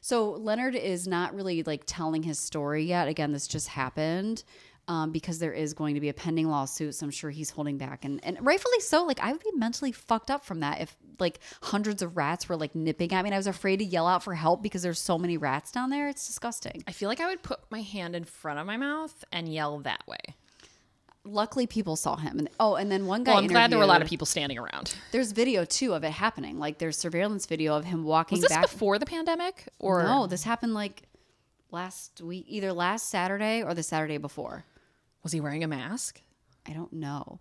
Speaker 2: So Leonard is not really like telling his story yet. Again, this just happened. Um, because there is going to be a pending lawsuit, so I'm sure he's holding back, and, and rightfully so. Like I would be mentally fucked up from that if like hundreds of rats were like nipping at me, and I was afraid to yell out for help because there's so many rats down there. It's disgusting.
Speaker 1: I feel like I would put my hand in front of my mouth and yell that way.
Speaker 2: Luckily, people saw him, and oh, and then one guy.
Speaker 1: Well, I'm glad there were a lot of
Speaker 2: interviewed-
Speaker 1: people standing around.
Speaker 2: There's video too of it happening. Like there's surveillance video of him walking
Speaker 1: Was this
Speaker 2: back.
Speaker 1: before the pandemic or
Speaker 2: no, this happened like last week, either last Saturday or the Saturday before.
Speaker 1: was he wearing a mask?
Speaker 2: I don't know.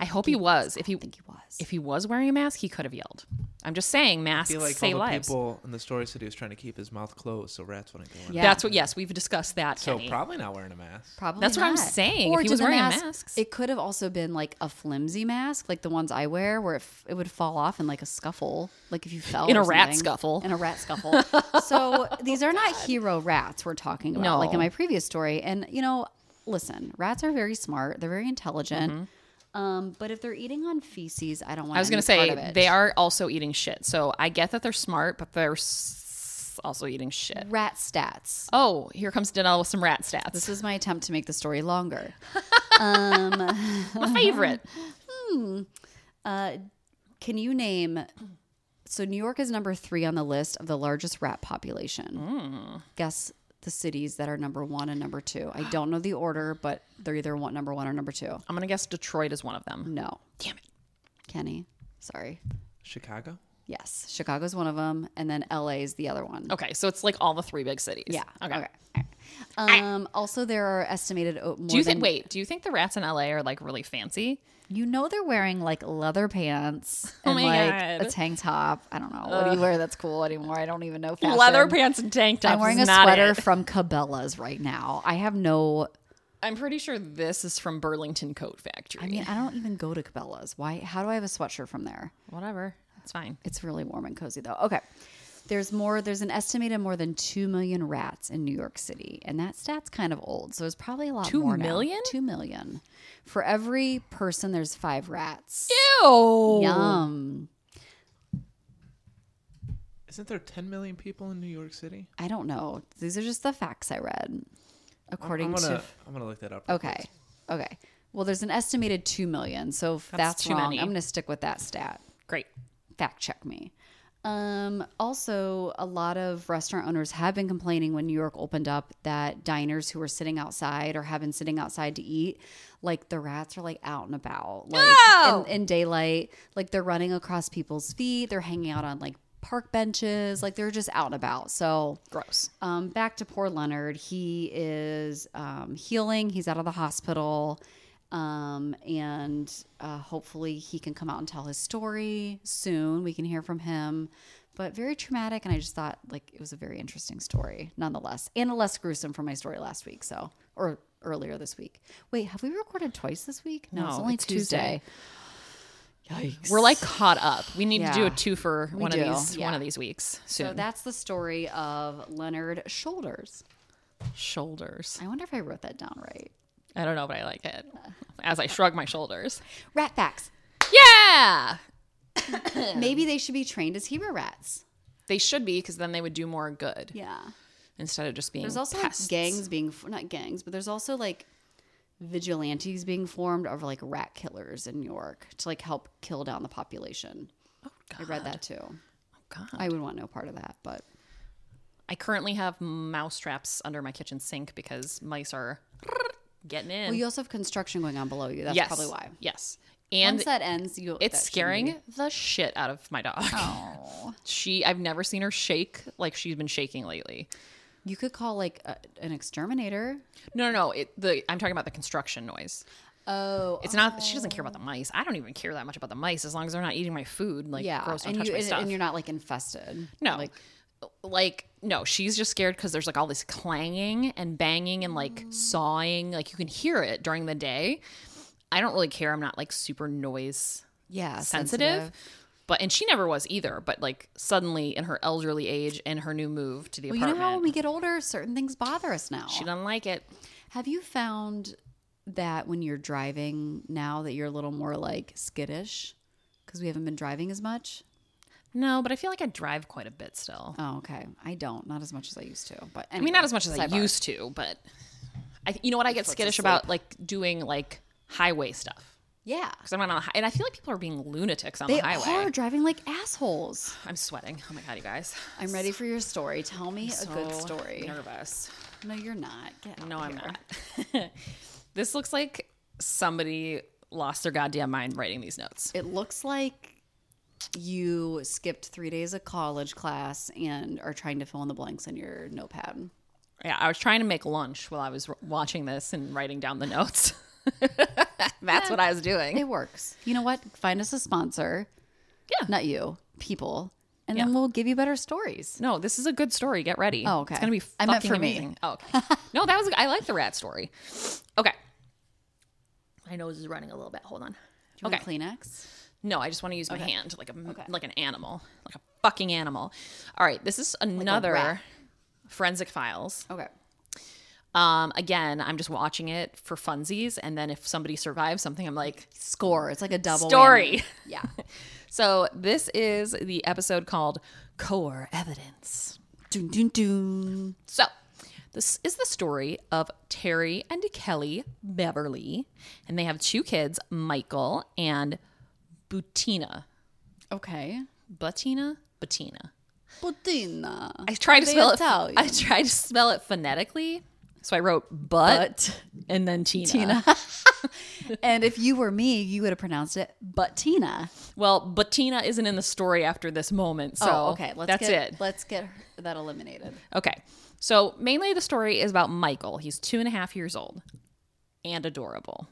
Speaker 1: I hope he was. If he
Speaker 2: I think he was.
Speaker 1: if he was wearing a mask, he could have yelled. I'm just saying,
Speaker 3: I
Speaker 1: masks
Speaker 3: feel like all
Speaker 1: save
Speaker 3: the
Speaker 1: lives.
Speaker 3: people in the story said he was trying to keep his mouth closed so rats wouldn't go in.
Speaker 2: Yeah.
Speaker 1: That's what. Yes, we've discussed that.
Speaker 3: So
Speaker 1: Kenny.
Speaker 3: probably not wearing a mask.
Speaker 2: Probably
Speaker 1: That's what I'm
Speaker 2: not.
Speaker 1: saying. If he
Speaker 2: did
Speaker 1: was
Speaker 2: the
Speaker 1: wearing a
Speaker 2: mask-
Speaker 1: mask-
Speaker 2: It could have also been like a flimsy mask, like the ones I wear, where it, f- it would fall off in like a scuffle, like if you fell
Speaker 1: In
Speaker 2: or
Speaker 1: a rat
Speaker 2: something.
Speaker 1: scuffle. Oh,
Speaker 2: In a rat scuffle. so these are not hero rats we're talking about,
Speaker 1: No.
Speaker 2: like in my previous story. And you know, listen, rats are very smart. They're very intelligent. Um, but if they're eating on feces, I don't want.
Speaker 1: Mm-hmm. I was
Speaker 2: going to
Speaker 1: say they are also eating shit. So I get that they're smart, but they're s- also eating shit.
Speaker 2: rat stats.
Speaker 1: Oh, here comes Danelle with some rat stats.
Speaker 2: This is my attempt to make the story longer.
Speaker 1: my favorite.
Speaker 2: Can you name? So New York is number three on the list of the largest rat population.
Speaker 1: Hmm.
Speaker 2: Guess the cities that are number one and number two. I don't know the order, but they're either one, number one or number two.
Speaker 1: I'm gonna guess Detroit is one of them.
Speaker 2: No,
Speaker 1: Damn it.
Speaker 2: Kenny, sorry.
Speaker 3: Chicago?
Speaker 2: Yes, Chicago's one of them, and then LA is the other one.
Speaker 1: Okay, so it's like all the three big cities.
Speaker 2: Yeah.
Speaker 1: Oh, Okay.
Speaker 2: Um, also, there are estimated o- more
Speaker 1: Do you
Speaker 2: than
Speaker 1: think? Wait. Do you think the rats in LA are like really fancy?
Speaker 2: You know they're wearing like leather pants
Speaker 1: Oh
Speaker 2: and
Speaker 1: my
Speaker 2: like
Speaker 1: God.
Speaker 2: a tank top. I don't know. What do you wear that's cool anymore? I don't even know fashion.
Speaker 1: Leather pants and tank tops.
Speaker 2: I'm wearing a
Speaker 1: is not
Speaker 2: sweater
Speaker 1: it.
Speaker 2: from Cabela's right now. I have no
Speaker 1: I'm pretty sure this is from Burlington Coat Factory.
Speaker 2: I mean, I don't even go to Cabela's. Why how do I have a sweatshirt from there?
Speaker 1: whatever. It's fine.
Speaker 2: It's really warm and cozy though. Okay. There's more there's an estimated more than 2 million rats in New York City, and that stat's kind of old. So it's probably a lot
Speaker 1: Two
Speaker 2: more now.
Speaker 1: million?
Speaker 2: 2 million. For every person there's 5 rats.
Speaker 1: Ew.
Speaker 2: Yum.
Speaker 3: Isn't there 10 million people in New York City?
Speaker 2: I don't know. These are just the facts I read. According
Speaker 3: I'm gonna,
Speaker 2: to
Speaker 3: I'm gonna look that up. real
Speaker 2: Okay. Okay. Well, there's an estimated 2 million. So if that's,
Speaker 1: That's too
Speaker 2: wrong,
Speaker 1: many.
Speaker 2: I'm going to stick with that stat.
Speaker 1: Great.
Speaker 2: Fact check me. Um, also, a lot of restaurant owners have been complaining when New York opened up that diners who were sitting outside or have been sitting outside to eat, like the rats are like out and about, like
Speaker 1: No!
Speaker 2: in, in daylight, like they're running across people's feet, they're hanging out on like park benches, like they're just out and about. So
Speaker 1: Gross.
Speaker 2: um, back to poor Leonard. He is um, healing. He's out of the hospital. Um, and uh, hopefully he can come out and tell his story soon. We can hear from him. But very traumatic. And I just thought, like, it was a very interesting story, nonetheless, and less gruesome from my story last week. So, or earlier this week. Wait, have we recorded twice this week? No, it's
Speaker 1: No,
Speaker 2: only
Speaker 1: it's
Speaker 2: Tuesday.
Speaker 1: Tuesday.
Speaker 2: Yikes.
Speaker 1: We're like caught up. We need to do
Speaker 2: Yeah.
Speaker 1: a two for one
Speaker 2: do,
Speaker 1: of these
Speaker 2: yeah.
Speaker 1: one of these weeks soon.
Speaker 2: so that's the story of Leonard Shoulders.
Speaker 1: shoulders.
Speaker 2: I wonder if I wrote that down right.
Speaker 1: I don't know, but I like it. As I shrug my shoulders.
Speaker 2: Rat facts.
Speaker 1: Yeah.
Speaker 2: Maybe they should be trained as Hebrew rats.
Speaker 1: They should be because then they would do more good
Speaker 2: Yeah.
Speaker 1: instead of just being.
Speaker 2: There's also like,
Speaker 1: pests.
Speaker 2: gangs being f- not gangs, but there's also like vigilantes being formed of like rat killers in New York to like help kill down the population.
Speaker 1: Oh
Speaker 2: I
Speaker 1: God.
Speaker 2: read that too.
Speaker 1: God.
Speaker 2: I would want no part of that, but
Speaker 1: I currently have mouse traps under my kitchen sink because mice are getting in.
Speaker 2: well, you also have construction going on below you. That's
Speaker 1: yes.
Speaker 2: probably why.
Speaker 1: Yes. And
Speaker 2: Once that ends, you
Speaker 1: it's
Speaker 2: that should
Speaker 1: scaring
Speaker 2: be-
Speaker 1: the shit out of my dog.
Speaker 2: Oh.
Speaker 1: She I've never seen her shake like she's been shaking lately.
Speaker 2: You could call like a, an exterminator.
Speaker 1: No, no, no. It, the I'm talking about the construction noise.
Speaker 2: Oh,
Speaker 1: It's not. She doesn't care about the mice. I don't even care that much about the mice as long as they're not eating my food. Like,
Speaker 2: yeah,
Speaker 1: gross. Don't
Speaker 2: and
Speaker 1: touch
Speaker 2: you
Speaker 1: my
Speaker 2: and,
Speaker 1: stuff.
Speaker 2: and you're not like infested.
Speaker 1: no,
Speaker 2: like
Speaker 1: like, like no. She's just scared because there's like all this clanging and banging and like
Speaker 2: Mm.
Speaker 1: sawing. Like you can hear it during the day. I don't really care. I'm not like super noise
Speaker 2: yeah,
Speaker 1: sensitive. But and she never was either. But like suddenly in her elderly age and her new move to the
Speaker 2: Well, you know
Speaker 1: apartment,
Speaker 2: how when we get older, certain things bother us now.
Speaker 1: she doesn't like it.
Speaker 2: Have you found that when you're driving now that you're a little more like skittish because we haven't been driving as much?
Speaker 1: No, but I feel like I drive quite a bit still.
Speaker 2: Oh, okay. I don't, not as much as I used to. But
Speaker 1: I mean, not as much as I
Speaker 2: sidebar.
Speaker 1: used to, but I, you know what? I get skittish about like doing like highway stuff
Speaker 2: yeah,
Speaker 1: because I'm not on the hi- and I feel like people are being lunatics on
Speaker 2: they
Speaker 1: the highway.
Speaker 2: are driving like assholes.
Speaker 1: I'm sweating. Oh my god, you guys!
Speaker 2: I'm ready for your story. Tell me a good
Speaker 1: So
Speaker 2: story.
Speaker 1: Nervous?
Speaker 2: No, you're not. Get out
Speaker 1: No,
Speaker 2: of
Speaker 1: I'm
Speaker 2: here.
Speaker 1: not. this looks like somebody lost their goddamn mind writing these notes.
Speaker 2: It looks like you skipped three days of college class and are trying to fill in the blanks on your notepad.
Speaker 1: Yeah, I was trying to make lunch while I was r- watching this and writing down the notes. That's what I was doing.
Speaker 2: It works. You know what? Find us a sponsor.
Speaker 1: Yeah.
Speaker 2: Not you, people. And
Speaker 1: Yeah.
Speaker 2: then we'll give you better stories.
Speaker 1: No, this is a good story. Get ready.
Speaker 2: Oh, okay.
Speaker 1: It's gonna be fucking
Speaker 2: I meant for me.
Speaker 1: amazing. Oh, okay. no, that was I like the rat story. Okay. My nose is running a little bit. Hold on.
Speaker 2: Do you
Speaker 1: Okay.
Speaker 2: want Kleenex?
Speaker 1: No, I just want to use my hand like a like an animal, like a fucking animal. All right, this is another
Speaker 2: rat.
Speaker 1: forensic files.
Speaker 2: Okay.
Speaker 1: Um, again, I'm just watching it for funsies, and then if somebody survives something, I'm like,
Speaker 2: Score. It's like a double
Speaker 1: Story.
Speaker 2: whammy. Yeah.
Speaker 1: so this is the episode called "Core Evidence."
Speaker 2: dun, dun, dun.
Speaker 1: So, this is the story of Terry and Kelly Beverly, and they have two kids, Michael and Butina.
Speaker 2: Okay.
Speaker 1: Butina? Butina.
Speaker 2: Budina.
Speaker 1: I tried to
Speaker 2: They
Speaker 1: spell it.
Speaker 2: Italian.
Speaker 1: I tried to spell it phonetically, so I wrote but, and then Tina. Tina.
Speaker 2: and if you were me, you would have pronounced it Butina.
Speaker 1: Well, Butina isn't in the story after this moment, so
Speaker 2: oh, okay. Let's
Speaker 1: that's
Speaker 2: get,
Speaker 1: it.
Speaker 2: Let's get that eliminated.
Speaker 1: Okay. So mainly the story is about Michael. He's two and a half years old and adorable.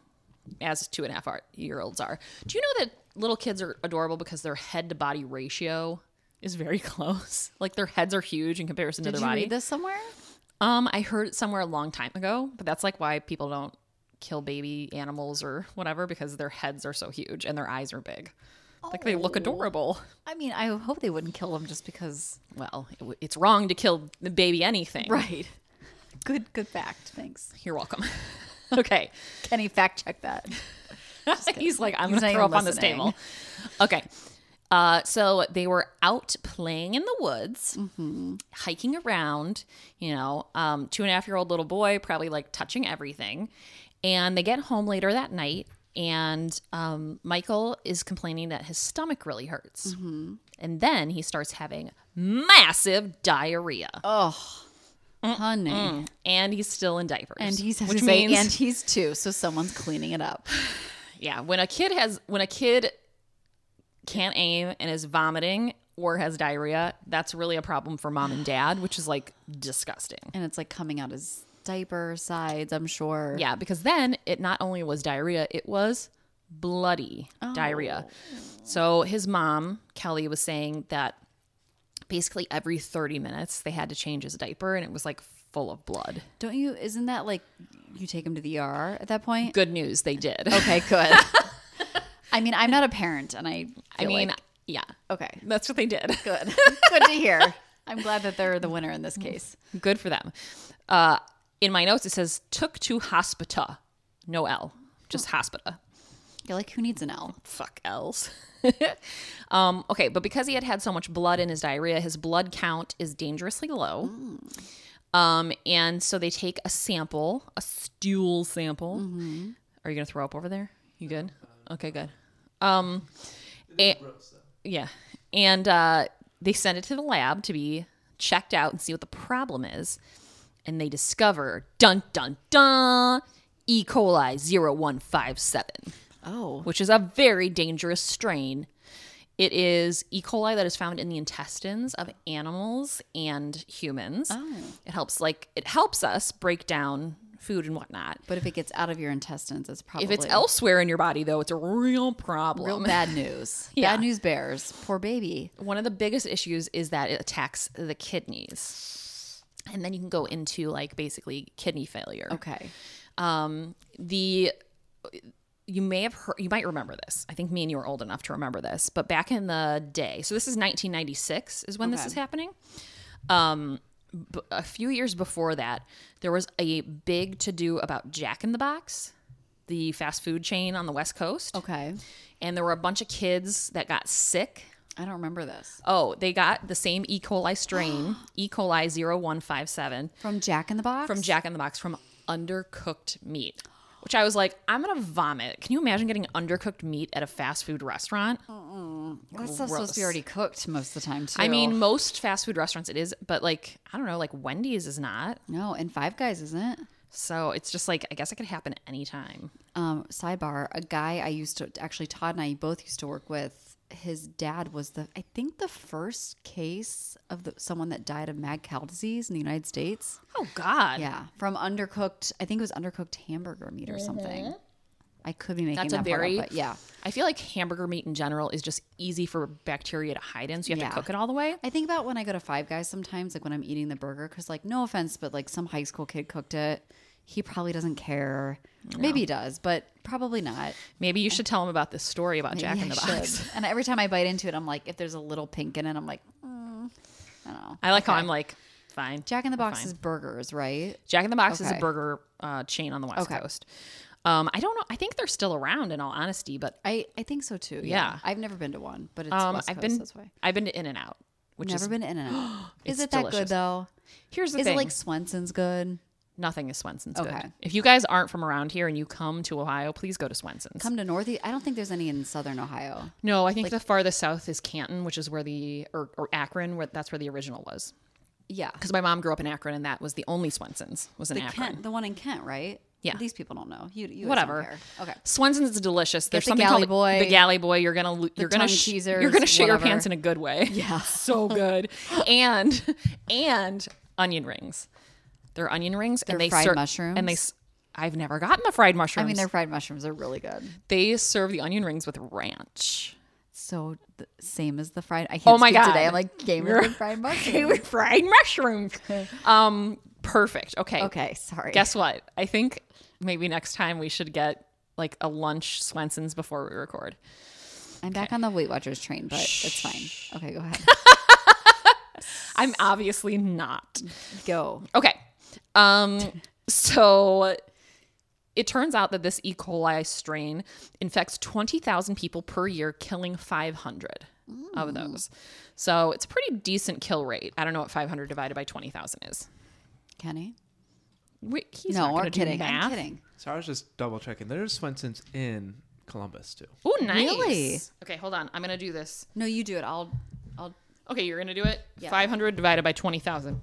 Speaker 1: as two and a half hour- year olds are. Do you know that little kids are adorable because their head to body ratio is very close? Like their heads are huge in comparison
Speaker 2: Did
Speaker 1: to
Speaker 2: you
Speaker 1: their body.
Speaker 2: read this somewhere?
Speaker 1: Um, I heard it somewhere a long time ago, but that's like why people don't kill baby animals or whatever because their heads are so huge and their eyes are big. Like they
Speaker 2: Oh.
Speaker 1: look adorable.
Speaker 2: I mean, I hope they wouldn't kill them just because.
Speaker 1: Well, it w- it's wrong to kill the baby anything.
Speaker 2: Right. Good, good fact. Thanks.
Speaker 1: You're welcome. okay.
Speaker 2: Kenny, fact check that.
Speaker 1: He's like, I'm
Speaker 2: He's
Speaker 1: going
Speaker 2: not
Speaker 1: to throw up
Speaker 2: even
Speaker 1: on this
Speaker 2: listening.
Speaker 1: table. Okay. Uh, so they were out playing in the woods,
Speaker 2: Mm-hmm.
Speaker 1: hiking around, you know, um, two and a half year old little boy, probably like touching everything. And they get home later that night, and um, Michael is complaining that his stomach really hurts.
Speaker 2: Mm-hmm.
Speaker 1: And then he starts having massive diarrhea.
Speaker 2: Oh, honey.
Speaker 1: And he's still in diapers.
Speaker 2: And he's
Speaker 1: which
Speaker 2: means-
Speaker 1: means
Speaker 2: and he's two, so someone's cleaning it up.
Speaker 1: Yeah, when a kid has when a kid can't aim and is vomiting or has diarrhea, that's really a problem for mom and dad, which is like disgusting.
Speaker 2: And it's like coming out his diaper sides, I'm sure.
Speaker 1: Yeah, because then it not only was diarrhea, it was bloody diarrhea. So his mom, Kelly, was saying that basically every 30 minutes they had to change his diaper and it was like full of blood.
Speaker 2: Don't you isn't that like you take him to the ER at that point?
Speaker 1: Good news, they did.
Speaker 2: Okay, good. I mean, I'm not a parent and I
Speaker 1: I
Speaker 2: feel
Speaker 1: mean,
Speaker 2: like-
Speaker 1: yeah,
Speaker 2: okay.
Speaker 1: that's what they did.
Speaker 2: Good. good to hear. I'm glad that they're the winner in this case.
Speaker 1: Good for them. Uh, in my notes, it says took to hospita. No L, just hospita.
Speaker 2: You're like, who needs an L?
Speaker 1: Fuck L's. um, okay, but because he had had so much blood in his diarrhea, his blood count is dangerously low. Um, and so they take a sample, a stool sample. Are you gonna throw up over there? You good? Okay, good. Um, a- yeah, and uh, they send it to the lab to be checked out and see what the problem is. And they discover dun dun dun E. coli 0157
Speaker 2: Oh.
Speaker 1: which is a very dangerous strain. It is E. coli that is found in the intestines of animals and humans. It helps like it helps us break down food and whatnot.
Speaker 2: But if it gets out of your intestines, it's probably
Speaker 1: If it's elsewhere in your body though, it's a real problem.
Speaker 2: real bad news.
Speaker 1: Yeah.
Speaker 2: Bad news bears. Poor baby.
Speaker 1: One of the biggest issues is that it attacks the kidneys. And then you can go into like basically kidney failure.
Speaker 2: Okay.
Speaker 1: um, the you may have heard you might remember this i think me and you are old enough to remember this but back in the day so this is 1996 is when this
Speaker 2: Okay.
Speaker 1: is happening um, b- a few years before that there was a big to do about jack in the box the fast food chain on the west coast
Speaker 2: Okay.
Speaker 1: and there were a bunch of kids that got sick
Speaker 2: I don't remember this.
Speaker 1: oh they got the same e coli strain e coli 0157
Speaker 2: From Jack in the Box?
Speaker 1: from Jack in the Box from undercooked meat, which I was like, I'm gonna vomit. Can you imagine getting undercooked meat at a fast food restaurant?
Speaker 2: That stuff's supposed to be
Speaker 1: Gross.
Speaker 2: already cooked most of the time too.
Speaker 1: I mean, most fast food restaurants it is, but like I don't know, like Wendy's is not.
Speaker 2: no, and Five Guys isn't.
Speaker 1: So it's just like I guess it could happen anytime.
Speaker 2: Um, sidebar: A guy I used to actually Todd and I both used to work with. His dad was the I think the first case of the, someone that died of mad cow disease in the United States.
Speaker 1: Oh God,
Speaker 2: Yeah, from undercooked. I think it was undercooked hamburger meat or something. I could be making
Speaker 1: That's a
Speaker 2: that part
Speaker 1: very-
Speaker 2: up, but yeah.
Speaker 1: I feel like hamburger meat in general is just easy for bacteria to hide in, so you have
Speaker 2: Yeah.
Speaker 1: to cook it all the way.
Speaker 2: I think about when I go to Five Guys sometimes, like when I'm eating the burger, because like no offense, but like some high school kid cooked it. He probably doesn't care. Maybe he does, but probably not.
Speaker 1: Maybe you should tell them about this story about Jack in
Speaker 2: Maybe
Speaker 1: the
Speaker 2: I
Speaker 1: Box.
Speaker 2: should. And every time I bite into it, I'm like, if there's a little pink in it, I'm like, mm, I don't know.
Speaker 1: I like how
Speaker 2: Okay.
Speaker 1: I'm like, fine.
Speaker 2: Jack in the Box
Speaker 1: fine.
Speaker 2: is burgers, right?
Speaker 1: Jack in the Box is a
Speaker 2: Okay.
Speaker 1: burger uh, chain on the West
Speaker 2: Okay.
Speaker 1: Coast. Um, I don't know. I think they're still around, in all honesty. But
Speaker 2: I, I think so too.
Speaker 1: Yeah.
Speaker 2: I've never been to one, but it's
Speaker 1: um,
Speaker 2: West
Speaker 1: I've
Speaker 2: Coast,
Speaker 1: been
Speaker 2: that's why.
Speaker 1: I've been to In and Out, which
Speaker 2: Never
Speaker 1: is
Speaker 2: been in and out. is
Speaker 1: It's
Speaker 2: it that good
Speaker 1: delicious.
Speaker 2: though?
Speaker 1: here's the
Speaker 2: Is
Speaker 1: thing.
Speaker 2: it like Swenson's good?
Speaker 1: nothing is Swenson's
Speaker 2: Okay.
Speaker 1: good. If you guys aren't from around here and you come to Ohio, please go to Swenson's.
Speaker 2: Come to Northeast. I don't think there's any in Southern Ohio.
Speaker 1: no, I think the farthest south is Canton, which is where the or, or Akron, where that's where the original was.
Speaker 2: Yeah.
Speaker 1: Because my mom grew up in Akron, and that was the only Swenson's was in
Speaker 2: The
Speaker 1: Akron.
Speaker 2: Kent, the one in Kent, right?
Speaker 1: Yeah.
Speaker 2: These people don't know. You, you guys
Speaker 1: Whatever.
Speaker 2: Don't care. Okay.
Speaker 1: Swenson's is delicious. There's
Speaker 2: the
Speaker 1: something
Speaker 2: Galley
Speaker 1: called
Speaker 2: Boy,
Speaker 1: the galley boy. You're gonna lo- you're gonna
Speaker 2: tongue
Speaker 1: sh-
Speaker 2: teasers,
Speaker 1: you're gonna shit your
Speaker 2: whatever.
Speaker 1: pants in a good way.
Speaker 2: Yeah.
Speaker 1: so good. And and onion rings. They're onion rings and they
Speaker 2: fried
Speaker 1: serve
Speaker 2: mushrooms?
Speaker 1: and they s- I've never gotten the fried mushrooms.
Speaker 2: I mean, their fried mushrooms are really good.
Speaker 1: they serve the onion rings with ranch.
Speaker 2: So the same as the fried. I can't
Speaker 1: Oh my
Speaker 2: speak
Speaker 1: God.
Speaker 2: today. I'm like game of the fried mushrooms.
Speaker 1: fried mushrooms. um, perfect. Okay.
Speaker 2: okay, sorry.
Speaker 1: Guess what? I think maybe next time we should get like a lunch Swenson's before we record.
Speaker 2: I'm back on the Weight Watchers train, but it's fine. Okay, go ahead.
Speaker 1: I'm obviously not.
Speaker 2: go.
Speaker 1: Okay. Um so it turns out that this E. coli strain infects 20,000 people per year, killing 500
Speaker 2: Mm.
Speaker 1: of those. So it's a pretty decent kill rate. I don't know what 500 divided by 20,000 is.
Speaker 2: Kenny?
Speaker 1: Wait, he's
Speaker 2: no,
Speaker 1: not gonna
Speaker 2: we're
Speaker 1: do
Speaker 2: kidding.
Speaker 1: math.
Speaker 2: I'm kidding.
Speaker 3: So I was just double checking. There's Swenson's in Columbus too.
Speaker 1: Oh, nice.
Speaker 2: Really?
Speaker 1: Okay, hold on. I'm going to do this.
Speaker 2: No, you do it. I'll. I'll.
Speaker 1: Okay, you're going to do it? 500 divided by 20,000.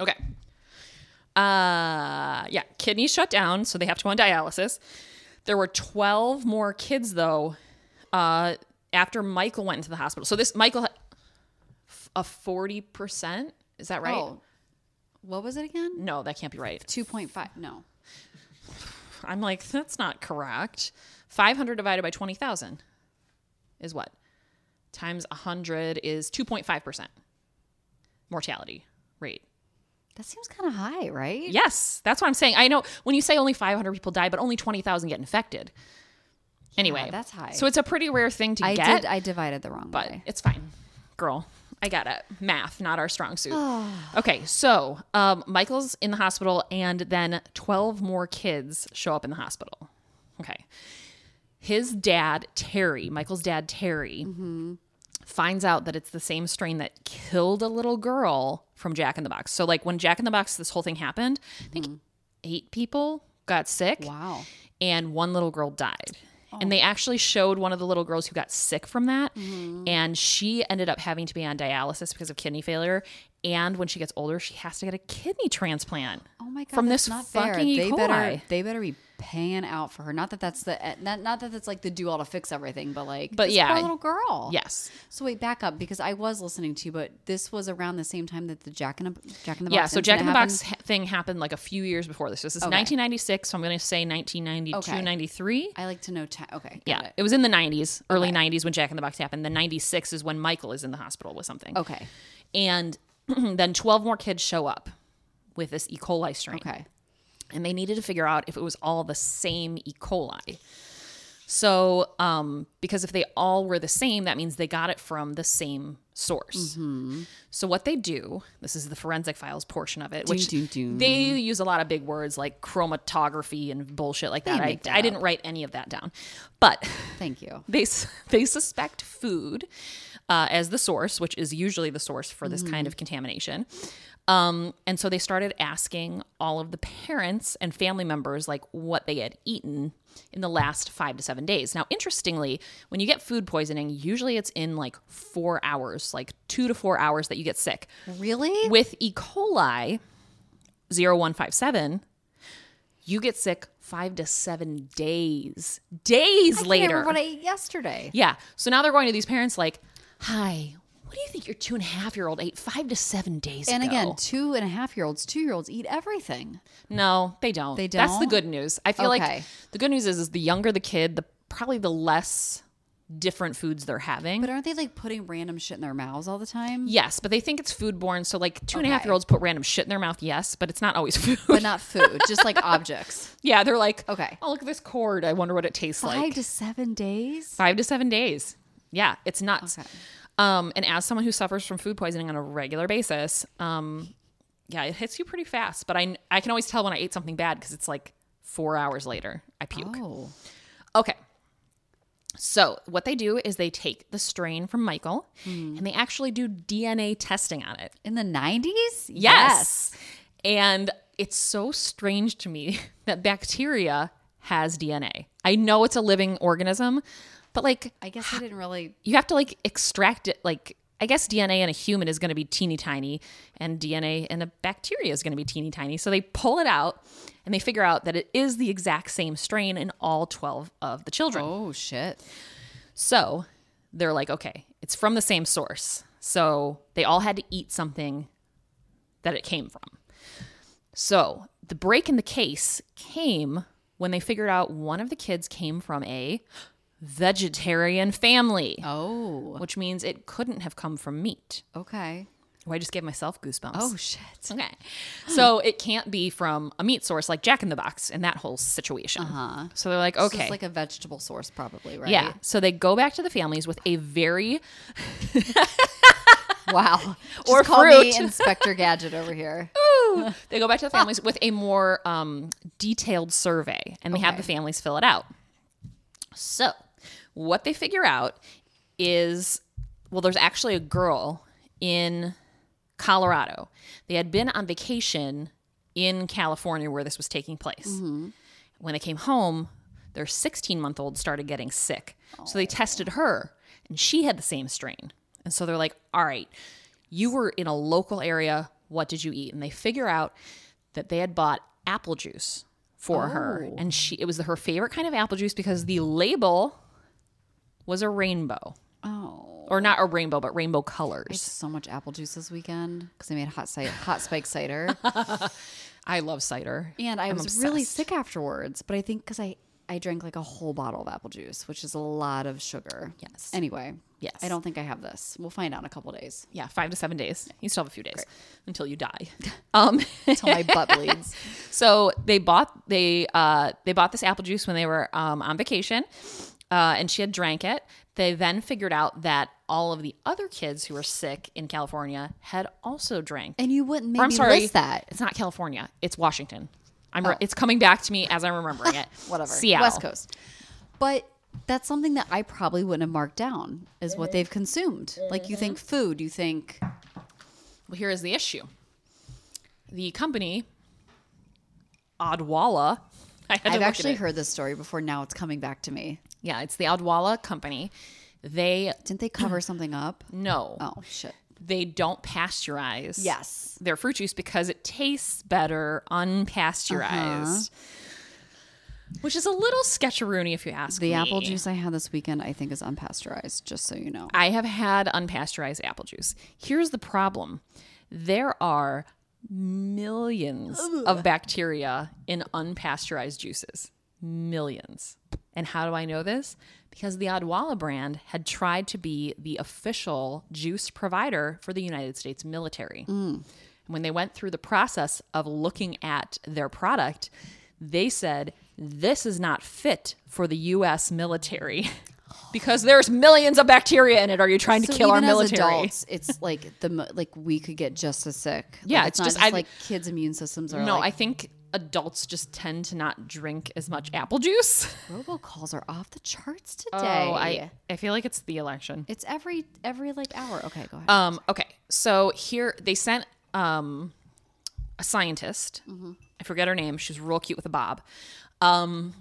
Speaker 1: Okay. Uh, yeah, kidneys shut down, so they have to go on dialysis. There were 12 more kids, though, uh, after Michael went into the hospital. So this, Michael, had f- a 40%? Is that right?
Speaker 2: Oh, what was it again?
Speaker 1: No, that can't be right.
Speaker 2: Two point five. No.
Speaker 1: I'm like, that's not correct. 500 divided by 20,000 is what? Times 100 is 2.5% mortality rate.
Speaker 2: That seems kind of high, right?
Speaker 1: Yes, that's what I'm saying. I know when you say only 500 people die, but only 20,000 get infected. Anyway,
Speaker 2: that's high.
Speaker 1: So it's a pretty rare thing to
Speaker 2: I
Speaker 1: get,
Speaker 2: did. I divided the wrong
Speaker 1: but
Speaker 2: way.
Speaker 1: it's fine. Girl, I got it. Math, not our strong suit. okay, so um, Michael's in the hospital, and then 12 more kids show up in the hospital. Okay. His dad, Terry, Michael's dad, Terry, finds out that it's the same strain that killed a little girl from Jack in the Box. So, like, when Jack in the Box, this whole thing happened, I think eight people got sick
Speaker 2: Wow.
Speaker 1: and one little girl died. And
Speaker 2: Oh.
Speaker 1: they actually showed one of the little girls who got sick from that.
Speaker 2: Mm-hmm.
Speaker 1: And she ended up having to be on dialysis because of kidney failure. And when she gets older, she has to get a kidney transplant.
Speaker 2: Oh my god!
Speaker 1: From
Speaker 2: that's
Speaker 1: this
Speaker 2: not
Speaker 1: fucking E.
Speaker 2: fair. They better.
Speaker 1: coli.
Speaker 2: They better be paying out for her. Not that that's the. eh, Not, not that that's like the do all to fix everything, but like.
Speaker 1: But
Speaker 2: this
Speaker 1: yeah.
Speaker 2: poor little girl.
Speaker 1: Yes.
Speaker 2: So wait, back up because I was listening to you, but this was around the same time that the Jack in the Jack in the Box.
Speaker 1: Yeah. So Jack in the
Speaker 2: incident
Speaker 1: Box
Speaker 2: happened.
Speaker 1: ha- thing happened like a few years before this. This is 1996. So I'm going to say 1992,
Speaker 2: Okay.
Speaker 1: 93.
Speaker 2: I like to know time. Okay. got
Speaker 1: Yeah. It.
Speaker 2: it.
Speaker 1: was in the 90s, early 90s when Jack in the Box happened. Then 96 is when Michael is in the hospital with something.
Speaker 2: Okay.
Speaker 1: And then 12 more kids show up with this E. coli strain.
Speaker 2: Okay.
Speaker 1: and they needed to figure out if it was all the same E. coli. So, um, because if they all were the same, that means they got it from the same source.
Speaker 2: Mm-hmm.
Speaker 1: So, what they do, this is the forensic files portion of it, which
Speaker 2: dun, dun.
Speaker 1: they use a lot of big words like chromatography and bullshit like that. I,
Speaker 2: make that
Speaker 1: I didn't write any of that down, but
Speaker 2: Thank you.
Speaker 1: they s- they suspect food uh, as the source, which is usually the source for this kind
Speaker 2: Mm-hmm.
Speaker 1: of contamination. Um, and so they started asking all of the parents and family members like what they had eaten in the last five to seven days. Now, interestingly, when you get food poisoning, usually it's in like four hours, like two to four hours that you get sick.
Speaker 2: Really?
Speaker 1: With E. coli 0157, you get sick five to seven days, days
Speaker 2: I
Speaker 1: later.
Speaker 2: can't remember what I ate yesterday.
Speaker 1: Yeah. So now they're going to these parents like, hi, what do you think your two and a half year old ate five to seven days
Speaker 2: And
Speaker 1: ago?
Speaker 2: again, two and a half year olds, two year olds eat everything.
Speaker 1: no, they don't.
Speaker 2: They
Speaker 1: That's the
Speaker 2: don't?
Speaker 1: good news. I feel like
Speaker 2: Okay.
Speaker 1: the good news is, is the younger the kid, the probably the less different foods they're having.
Speaker 2: But aren't they like putting random shit in their mouths all the time?
Speaker 1: yes, but they think it's foodborne. So like two and a half
Speaker 2: Okay.
Speaker 1: year olds put random shit in their mouth. Yes, but it's not always food.
Speaker 2: But not food, just like objects.
Speaker 1: yeah, they're like,
Speaker 2: Okay.
Speaker 1: oh look at this cord. I wonder what it tastes like.
Speaker 2: Five to seven days?
Speaker 1: five to seven days. Yeah, it's nuts.
Speaker 2: Okay.
Speaker 1: Um, and as someone who suffers from food poisoning on a regular basis, um, yeah, it hits you pretty fast. But I, I can always tell when I ate something bad because it's like four hours later, I puke.
Speaker 2: Oh.
Speaker 1: Okay. So what they do is they take the strain from Michael and they actually do DNA testing on it.
Speaker 2: In the 90s?
Speaker 1: Yes. And it's so strange to me that bacteria has DNA. I know it's a living organism, but like
Speaker 2: I guess I didn't really.
Speaker 1: you have to like extract it like i guess dna in a human is going to be teeny tiny and dna in a bacteria is going to be teeny tiny so they pull it out and they figure out that it is the exact same strain in all 12 of the children
Speaker 2: Oh, shit.
Speaker 1: so they're like okay it's from the same source so they all had to eat something that it came from So the break in the case came when they figured out one of the kids came from a vegetarian family,
Speaker 2: Oh,
Speaker 1: which means it couldn't have come from meat.
Speaker 2: okay.
Speaker 1: Oh, I just gave myself goosebumps.
Speaker 2: Oh shit.
Speaker 1: Okay. So it can't be from a meat source like Jack in the Box and that whole situation. Uh-huh. So they're like,
Speaker 2: So
Speaker 1: okay.
Speaker 2: it's like a vegetable source, probably, right?
Speaker 1: yeah. So they go back to the families with a very
Speaker 2: Wow. Just
Speaker 1: Or
Speaker 2: call me
Speaker 1: fruit.
Speaker 2: Inspector Gadget over here.
Speaker 1: they go back to the families with a more um, detailed survey and they have
Speaker 2: Okay.
Speaker 1: the families fill it out. So what they figure out is well, there's actually a girl in Colorado. They had been on vacation in California where this was taking place. When they came home, their 16 month old started getting sick. So they tested her and she had the same strain. And so they're like, all right, you were in a local area. What did you eat? And they figure out that they had bought apple juice for her. And she it was her favorite kind of apple juice because the label was a rainbow.
Speaker 2: Oh.
Speaker 1: Or not a rainbow, but rainbow colors.
Speaker 2: So much apple juice this weekend because I made hot, cider, hot spike cider.
Speaker 1: I love cider.
Speaker 2: And I
Speaker 1: I'm
Speaker 2: was really
Speaker 1: obsessed.
Speaker 2: sick afterwards, but I think because I I drank like a whole bottle of apple juice, which is a lot of sugar.
Speaker 1: Yes.
Speaker 2: Anyway.
Speaker 1: Yes.
Speaker 2: I don't think I have this. We'll find out in a couple days
Speaker 1: Yeah, five to seven days. You still have a few days until you die. Um,
Speaker 2: until my butt bleeds.
Speaker 1: so they bought they uh, they bought this apple juice when they were um, on vacation, uh, and she had drank it. They then figured out that all of the other kids who were sick in California had also drank.
Speaker 2: And you wouldn't maybe
Speaker 1: Or, I'm sorry,
Speaker 2: list that. Oh.
Speaker 1: It's not California. It's Washington. I'm. re- It's coming back to me as I'm remembering it.
Speaker 2: Whatever.
Speaker 1: Seattle.
Speaker 2: West Coast. But that's something that I probably wouldn't have marked down is what they've consumed. Like you think food, you think
Speaker 1: Well, here is the issue. The company, Odwalla. I had to
Speaker 2: I've
Speaker 1: look at
Speaker 2: actually
Speaker 1: it.
Speaker 2: heard this story before. Now it's coming back to me.
Speaker 1: Yeah, it's the Odwalla company. They
Speaker 2: Didn't they cover something up?
Speaker 1: no,
Speaker 2: Oh shit.
Speaker 1: they don't pasteurize.
Speaker 2: Yes.
Speaker 1: their fruit juice because it tastes better unpasteurized, which is a little sketcheroony if you ask
Speaker 2: Uh-huh.
Speaker 1: me.
Speaker 2: The apple juice I had this weekend I think is unpasteurized, just so you know.
Speaker 1: I have had unpasteurized apple juice. Here's the problem: there are millions of bacteria in unpasteurized juices. Millions. And how do I know this? Because the Odwalla brand had tried to be the official juice provider for the United States military.
Speaker 2: Mm.
Speaker 1: And when they went through the process of looking at their product, they said, This is not fit for the US military because there's millions of bacteria in it. Are you trying to kill our
Speaker 2: even as
Speaker 1: military?
Speaker 2: adults, it's like the mo- like we could get just as sick. Like,
Speaker 1: Yeah,
Speaker 2: it's,
Speaker 1: it's
Speaker 2: not
Speaker 1: just-
Speaker 2: just,
Speaker 1: I-
Speaker 2: like kids' immune systems are
Speaker 1: No, I
Speaker 2: like
Speaker 1: think adults just tend to not drink as much apple juice.
Speaker 2: robocalls are off the charts today.
Speaker 1: Oh, I, I feel like it's the election.
Speaker 2: it's every every like hour. Okay, go ahead.
Speaker 1: Um, okay, so here they sent um, a scientist. I forget her name. She's real cute with a bob. Um,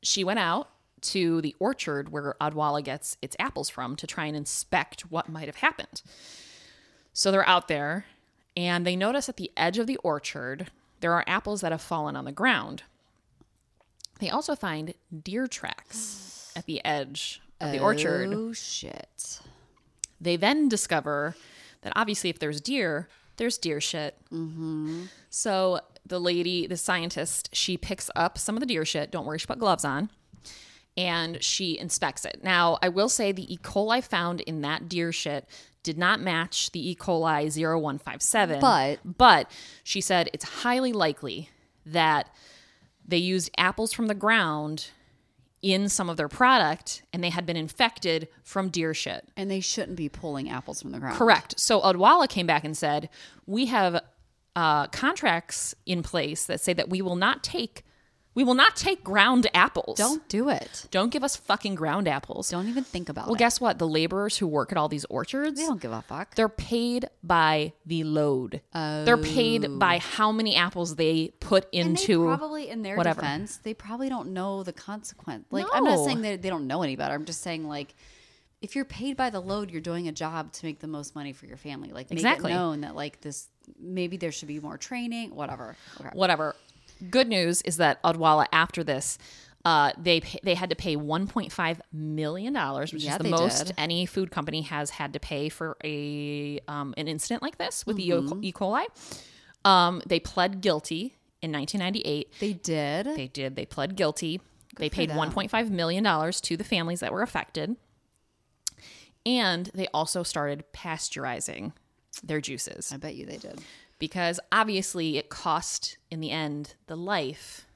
Speaker 1: she went out to the orchard where Adwala gets its apples from to try and inspect what might have happened. So they're out there, and they notice at the edge of the orchard there are apples that have fallen on the ground. They also find deer tracks at the edge of the orchard.
Speaker 2: Oh shit.
Speaker 1: They then discover that obviously, if there's deer, there's deer shit. Mm-hmm. So the lady, the scientist, she picks up some of the deer shit. Don't worry, she put gloves on. And she inspects it. Now, I will say the E. coli found in that deer shit did not match the E. coli 0157.
Speaker 2: But-
Speaker 1: but she said it's highly likely that they used apples from the ground in some of their product and they had been infected from deer shit.
Speaker 2: And they shouldn't be pulling apples from the ground.
Speaker 1: Correct. So Odwalla came back and said, "We have uh, contracts in place that say that we will not take, we will not take ground apples.
Speaker 2: Don't do it.
Speaker 1: don't give us fucking ground apples.
Speaker 2: Don't even think about
Speaker 1: well,
Speaker 2: it.
Speaker 1: guess what? The laborers who work at all these orchards,
Speaker 2: they don't give a fuck.
Speaker 1: they're paid by the load. They're paid by how many apples they put
Speaker 2: Oh. And they
Speaker 1: into.
Speaker 2: probably in their
Speaker 1: whatever.
Speaker 2: defense they probably don't know the consequence like i'm not
Speaker 1: No.
Speaker 2: saying that they don't know any better i'm just saying like if you're paid by the load you're doing a job to make the most money for your family like make
Speaker 1: Exactly.
Speaker 2: it known that like this maybe there should be more training whatever okay.
Speaker 1: whatever. Good news is that Odwalla after this, uh, they pa- they had to pay 1.5 million dollars, which
Speaker 2: Yeah,
Speaker 1: is the
Speaker 2: they
Speaker 1: most
Speaker 2: did.
Speaker 1: any food
Speaker 2: Mm-hmm.
Speaker 1: company has had to pay for a um, an incident like this with the E. coli. Um, they pled guilty in 1998.
Speaker 2: They did.
Speaker 1: They did. They pled guilty. they
Speaker 2: for
Speaker 1: paid
Speaker 2: them.
Speaker 1: 1.5 million dollars to the families that were affected, and they also started pasteurizing their juices
Speaker 2: I bet you they did.
Speaker 1: because obviously it cost in the end the life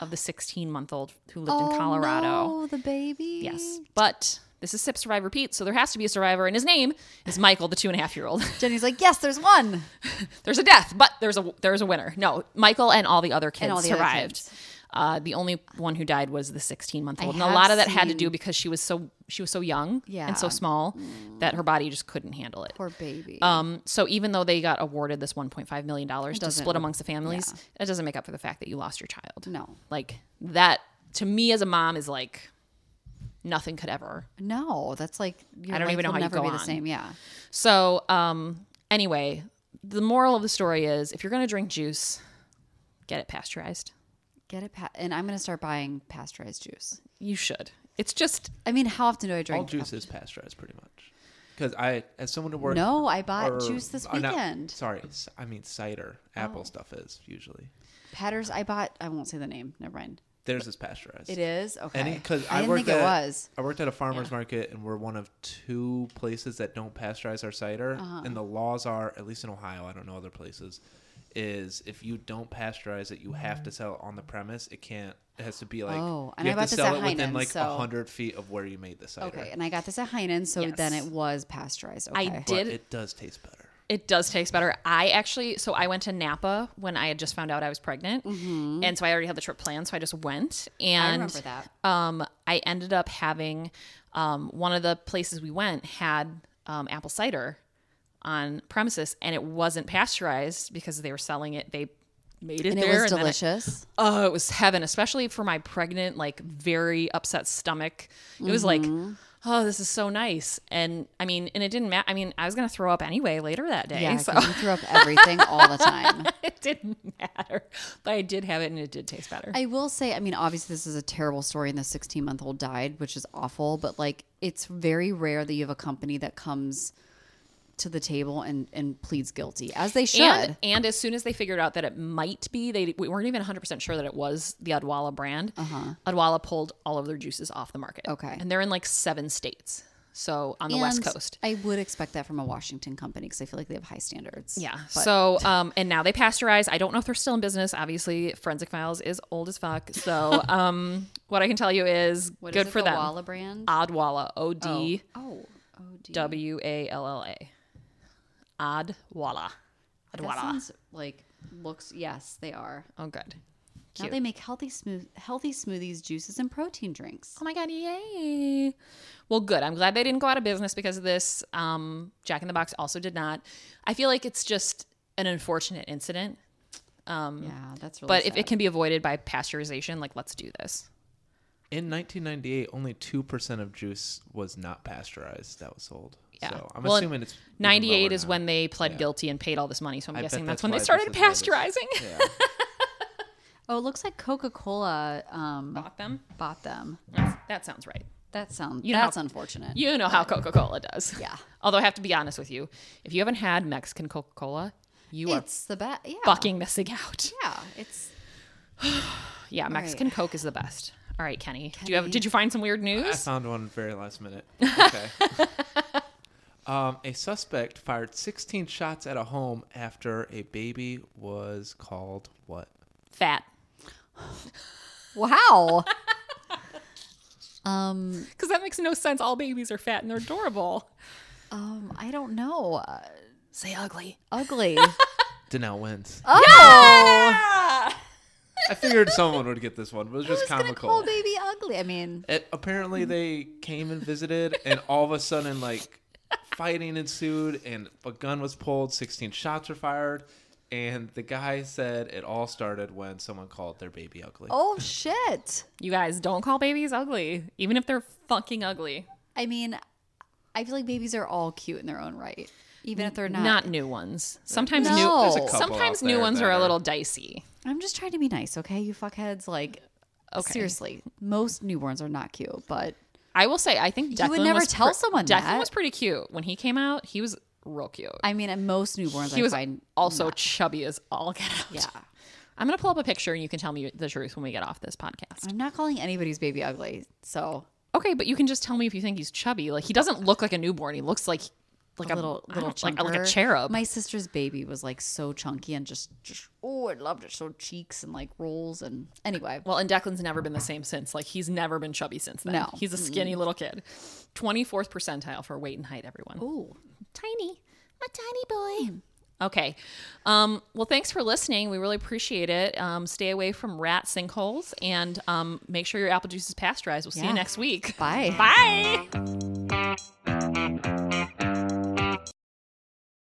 Speaker 1: of the 16 month old who lived in Colorado.
Speaker 2: Oh, no, the baby.
Speaker 1: Yes, but this is SIP Survivor Pete, so there has to be a survivor, and his name is Michael, the two and a half year old.
Speaker 2: Jenny's like, yes, there's one.
Speaker 1: there's a death, but there's a there's a winner. No, Michael and all the other kids
Speaker 2: all the other
Speaker 1: survived.
Speaker 2: kids.
Speaker 1: Uh, the only one who died was the 16 month old,
Speaker 2: I
Speaker 1: and a
Speaker 2: have
Speaker 1: lot of that had to
Speaker 2: seen-
Speaker 1: do because she was so she was so young
Speaker 2: Yeah.
Speaker 1: and so small that her body just couldn't handle it.
Speaker 2: Poor baby.
Speaker 1: Um, so even though they got awarded this 1.5 million dollars to
Speaker 2: doesn't-
Speaker 1: split amongst the families, that doesn't make up for the fact that you lost your child.
Speaker 2: no,
Speaker 1: Like that to me as a mom is like nothing could ever
Speaker 2: no, that's like your
Speaker 1: I don't
Speaker 2: life
Speaker 1: even know
Speaker 2: will
Speaker 1: how you
Speaker 2: never
Speaker 1: go
Speaker 2: be the
Speaker 1: on.
Speaker 2: same. Yeah,
Speaker 1: So, um, anyway, the moral of the story is if you're going to drink juice, get it pasteurized.
Speaker 2: get it. Pa- and I'm gonna start buying pasteurized juice.
Speaker 1: You should. It's just,
Speaker 2: I mean, how often do I drink?
Speaker 3: All juice is pasteurized, pretty much. Because I, as someone who works,
Speaker 2: No, I bought
Speaker 3: or-
Speaker 2: juice this
Speaker 3: uh, not-
Speaker 2: weekend. Oh.
Speaker 3: sorry, c- I mean cider. Apple stuff is usually
Speaker 2: Patters. I bought. I won't say the name. Never mind.
Speaker 3: theirs is pasteurized.
Speaker 2: It is okay.
Speaker 3: Any because
Speaker 2: I
Speaker 3: I,
Speaker 2: didn't
Speaker 3: worked
Speaker 2: think
Speaker 3: at
Speaker 2: it was.
Speaker 3: I worked at a farmers market and we're one of two places that don't pasteurize our cider.
Speaker 2: Uh-huh.
Speaker 3: And the laws are, at least in Ohio, I don't know other places, is if you don't pasteurize it, you have to sell it on the premise. It can't. It has to be like
Speaker 2: Mm. Oh, and
Speaker 3: you
Speaker 2: I
Speaker 3: have
Speaker 2: bought
Speaker 3: to
Speaker 2: this
Speaker 3: sell
Speaker 2: at
Speaker 3: it within
Speaker 2: Heinen's,
Speaker 3: like
Speaker 2: so-
Speaker 3: hundred feet of where you made the cider.
Speaker 2: Okay, and I got this at Heinen, so
Speaker 1: Yes.
Speaker 2: then it was pasteurized. Okay.
Speaker 1: I
Speaker 3: But
Speaker 1: did. It,
Speaker 3: it does taste better.
Speaker 1: does taste better. I actually, so I went to Napa when I had just found out I was pregnant. And so I already had the trip planned. So I just went. And
Speaker 2: Mm-hmm. I remember that.
Speaker 1: um, I ended up having um, one of the places we went had um, apple cider on premises, and it wasn't pasteurized because they were selling it. They made it
Speaker 2: And it
Speaker 1: there,
Speaker 2: was
Speaker 1: and then it-
Speaker 2: delicious.
Speaker 1: oh, it was heaven, especially for my pregnant, like very upset stomach. It was like,
Speaker 2: Mm-hmm.
Speaker 1: oh, this is so nice. And I mean, and it didn't matter. I mean, I was gonna throw up anyway later that day,
Speaker 2: yeah,
Speaker 1: so
Speaker 2: 'cause you threw up everything all the time.
Speaker 1: it didn't matter. But I did have it, and it did taste better.
Speaker 2: I will say, I mean, obviously, this is a terrible story, and the 16 month old died, which is awful, but like, it's very rare that you have a company that comes to the table and, and pleads guilty, as they should.
Speaker 1: And, and as soon as they figured out that it might be, they we weren't even 100% sure that it was the Adwala brand. uh Adwala pulled all of their juices off the market.
Speaker 2: Uh-huh. Okay.
Speaker 1: And they're in like seven states. So on the West
Speaker 2: And
Speaker 1: Coast.
Speaker 2: I would expect that from a Washington company because I feel like they have high standards.
Speaker 1: Yeah.
Speaker 2: But
Speaker 1: So, um, and now they pasteurize. I don't know if they're still in business. Obviously, Forensic Files is old as fuck. So, um, what I can tell you is
Speaker 2: what
Speaker 1: good
Speaker 2: is it,
Speaker 1: for
Speaker 2: the
Speaker 1: them.
Speaker 2: Walla brand.
Speaker 1: Adwala. O D
Speaker 2: oh, oh, D.
Speaker 1: W A L L A. Adwala.
Speaker 2: That
Speaker 1: Adwala.
Speaker 2: sounds like looks. Yes, they are.
Speaker 1: Oh, good.
Speaker 2: Now they make healthy smooth, healthy smoothies, juices, and protein drinks.
Speaker 1: Oh my god, yay. Well, good. I'm glad they didn't go out of business because of this. Um, Jack in the Box also did not. I feel like it's just an unfortunate incident,
Speaker 2: yeah, that's really.
Speaker 1: but
Speaker 2: sad.
Speaker 1: if it can be avoided by pasteurization, like let's do this.
Speaker 3: In 1998, only two percent of juice was not pasteurized that was sold.
Speaker 1: Yeah.
Speaker 3: So I'm
Speaker 1: Well,
Speaker 3: assuming it's even
Speaker 1: 98
Speaker 3: lower
Speaker 1: is
Speaker 3: now.
Speaker 1: when they pled guilty and paid all this money, so I'm
Speaker 3: I bet
Speaker 1: guessing that's,
Speaker 3: that's
Speaker 1: when they
Speaker 3: why
Speaker 1: started
Speaker 3: this is why this-
Speaker 1: pasteurizing.
Speaker 3: Yeah.
Speaker 2: Oh, it looks like Coca Cola um,
Speaker 1: Bought them.
Speaker 2: bought them.
Speaker 1: That's, that sounds right.
Speaker 2: That sounds
Speaker 1: know
Speaker 2: that's
Speaker 1: how-
Speaker 2: unfortunate.
Speaker 1: You know how Coca Cola does.
Speaker 2: Yeah.
Speaker 1: Although I have to be honest with you, if you haven't had Mexican Coca Cola, you are
Speaker 2: it's the best. Yeah,
Speaker 1: fucking missing out.
Speaker 2: Yeah, it's.
Speaker 1: Yeah, Mexican Coke is the best. All right, Kenny. Do you have? Did you find some weird news?
Speaker 3: I found one very last minute. Okay. um, a suspect fired 16 shots at a home after a baby was called what?
Speaker 1: Fat.
Speaker 2: Wow. um,
Speaker 1: Because that makes no sense. All babies are fat and they're adorable.
Speaker 2: um, I don't know. Uh,
Speaker 1: Say ugly.
Speaker 2: ugly.
Speaker 3: Danelle wins.
Speaker 2: Oh,
Speaker 3: I figured someone would get this one. It was just
Speaker 2: who's gonna
Speaker 3: comical.
Speaker 2: call baby ugly? I mean,
Speaker 3: It, apparently, they came and visited, and all of a sudden, like, fighting ensued, and a gun was pulled, 16 shots were fired, and the guy said it all started when someone called their baby ugly.
Speaker 2: oh shit.
Speaker 1: You guys don't call babies ugly, even if they're fucking ugly.
Speaker 2: I mean, I feel like babies are all cute in their own right, even if they're not.
Speaker 1: Not new ones. Sometimes
Speaker 2: No. There's a
Speaker 1: new.
Speaker 2: couple
Speaker 1: Sometimes
Speaker 3: out
Speaker 1: new
Speaker 3: there
Speaker 1: ones
Speaker 3: that
Speaker 1: are a
Speaker 3: are-
Speaker 1: little dicey.
Speaker 2: I'm just trying to be nice, okay? You fuckheads, like.
Speaker 1: Okay.
Speaker 2: Seriously, most newborns are not cute, but
Speaker 1: I will say, I think Declan
Speaker 2: would never
Speaker 1: was
Speaker 2: tell
Speaker 1: pre-
Speaker 2: someone
Speaker 1: Declan
Speaker 2: that.
Speaker 1: was pretty cute when he came out. He was real cute.
Speaker 2: I mean, at most newborns,
Speaker 1: he
Speaker 2: I
Speaker 1: was
Speaker 2: find
Speaker 1: also chubby as all get out.
Speaker 2: yeah.
Speaker 1: I'm gonna pull up a picture and you can tell me the truth when we get off this podcast.
Speaker 2: I'm not calling anybody's baby ugly, so
Speaker 1: Okay, but you can just tell me if you think he's chubby. Like he doesn't look like a newborn. He looks like like
Speaker 2: a little
Speaker 1: I
Speaker 2: little
Speaker 1: don't- like, like a
Speaker 2: chunker.
Speaker 1: cherub.
Speaker 2: My sister's baby was like so chunky and just just oh, I loved it. So cheeks and like rolls and anyway.
Speaker 1: well, and Declan's never been the same since. Like he's never been chubby since then.
Speaker 2: No.
Speaker 1: he's a skinny little kid. Twenty fourth percentile for weight and height. Everyone.
Speaker 2: Ooh,
Speaker 1: tiny. I'm a tiny boy. Okay. Um, well, thanks for listening. We really appreciate it. Um, stay away from rat sinkholes and um, make sure your apple juice is pasteurized. We'll see
Speaker 2: Yeah.
Speaker 1: you next week.
Speaker 2: bye.
Speaker 1: Bye.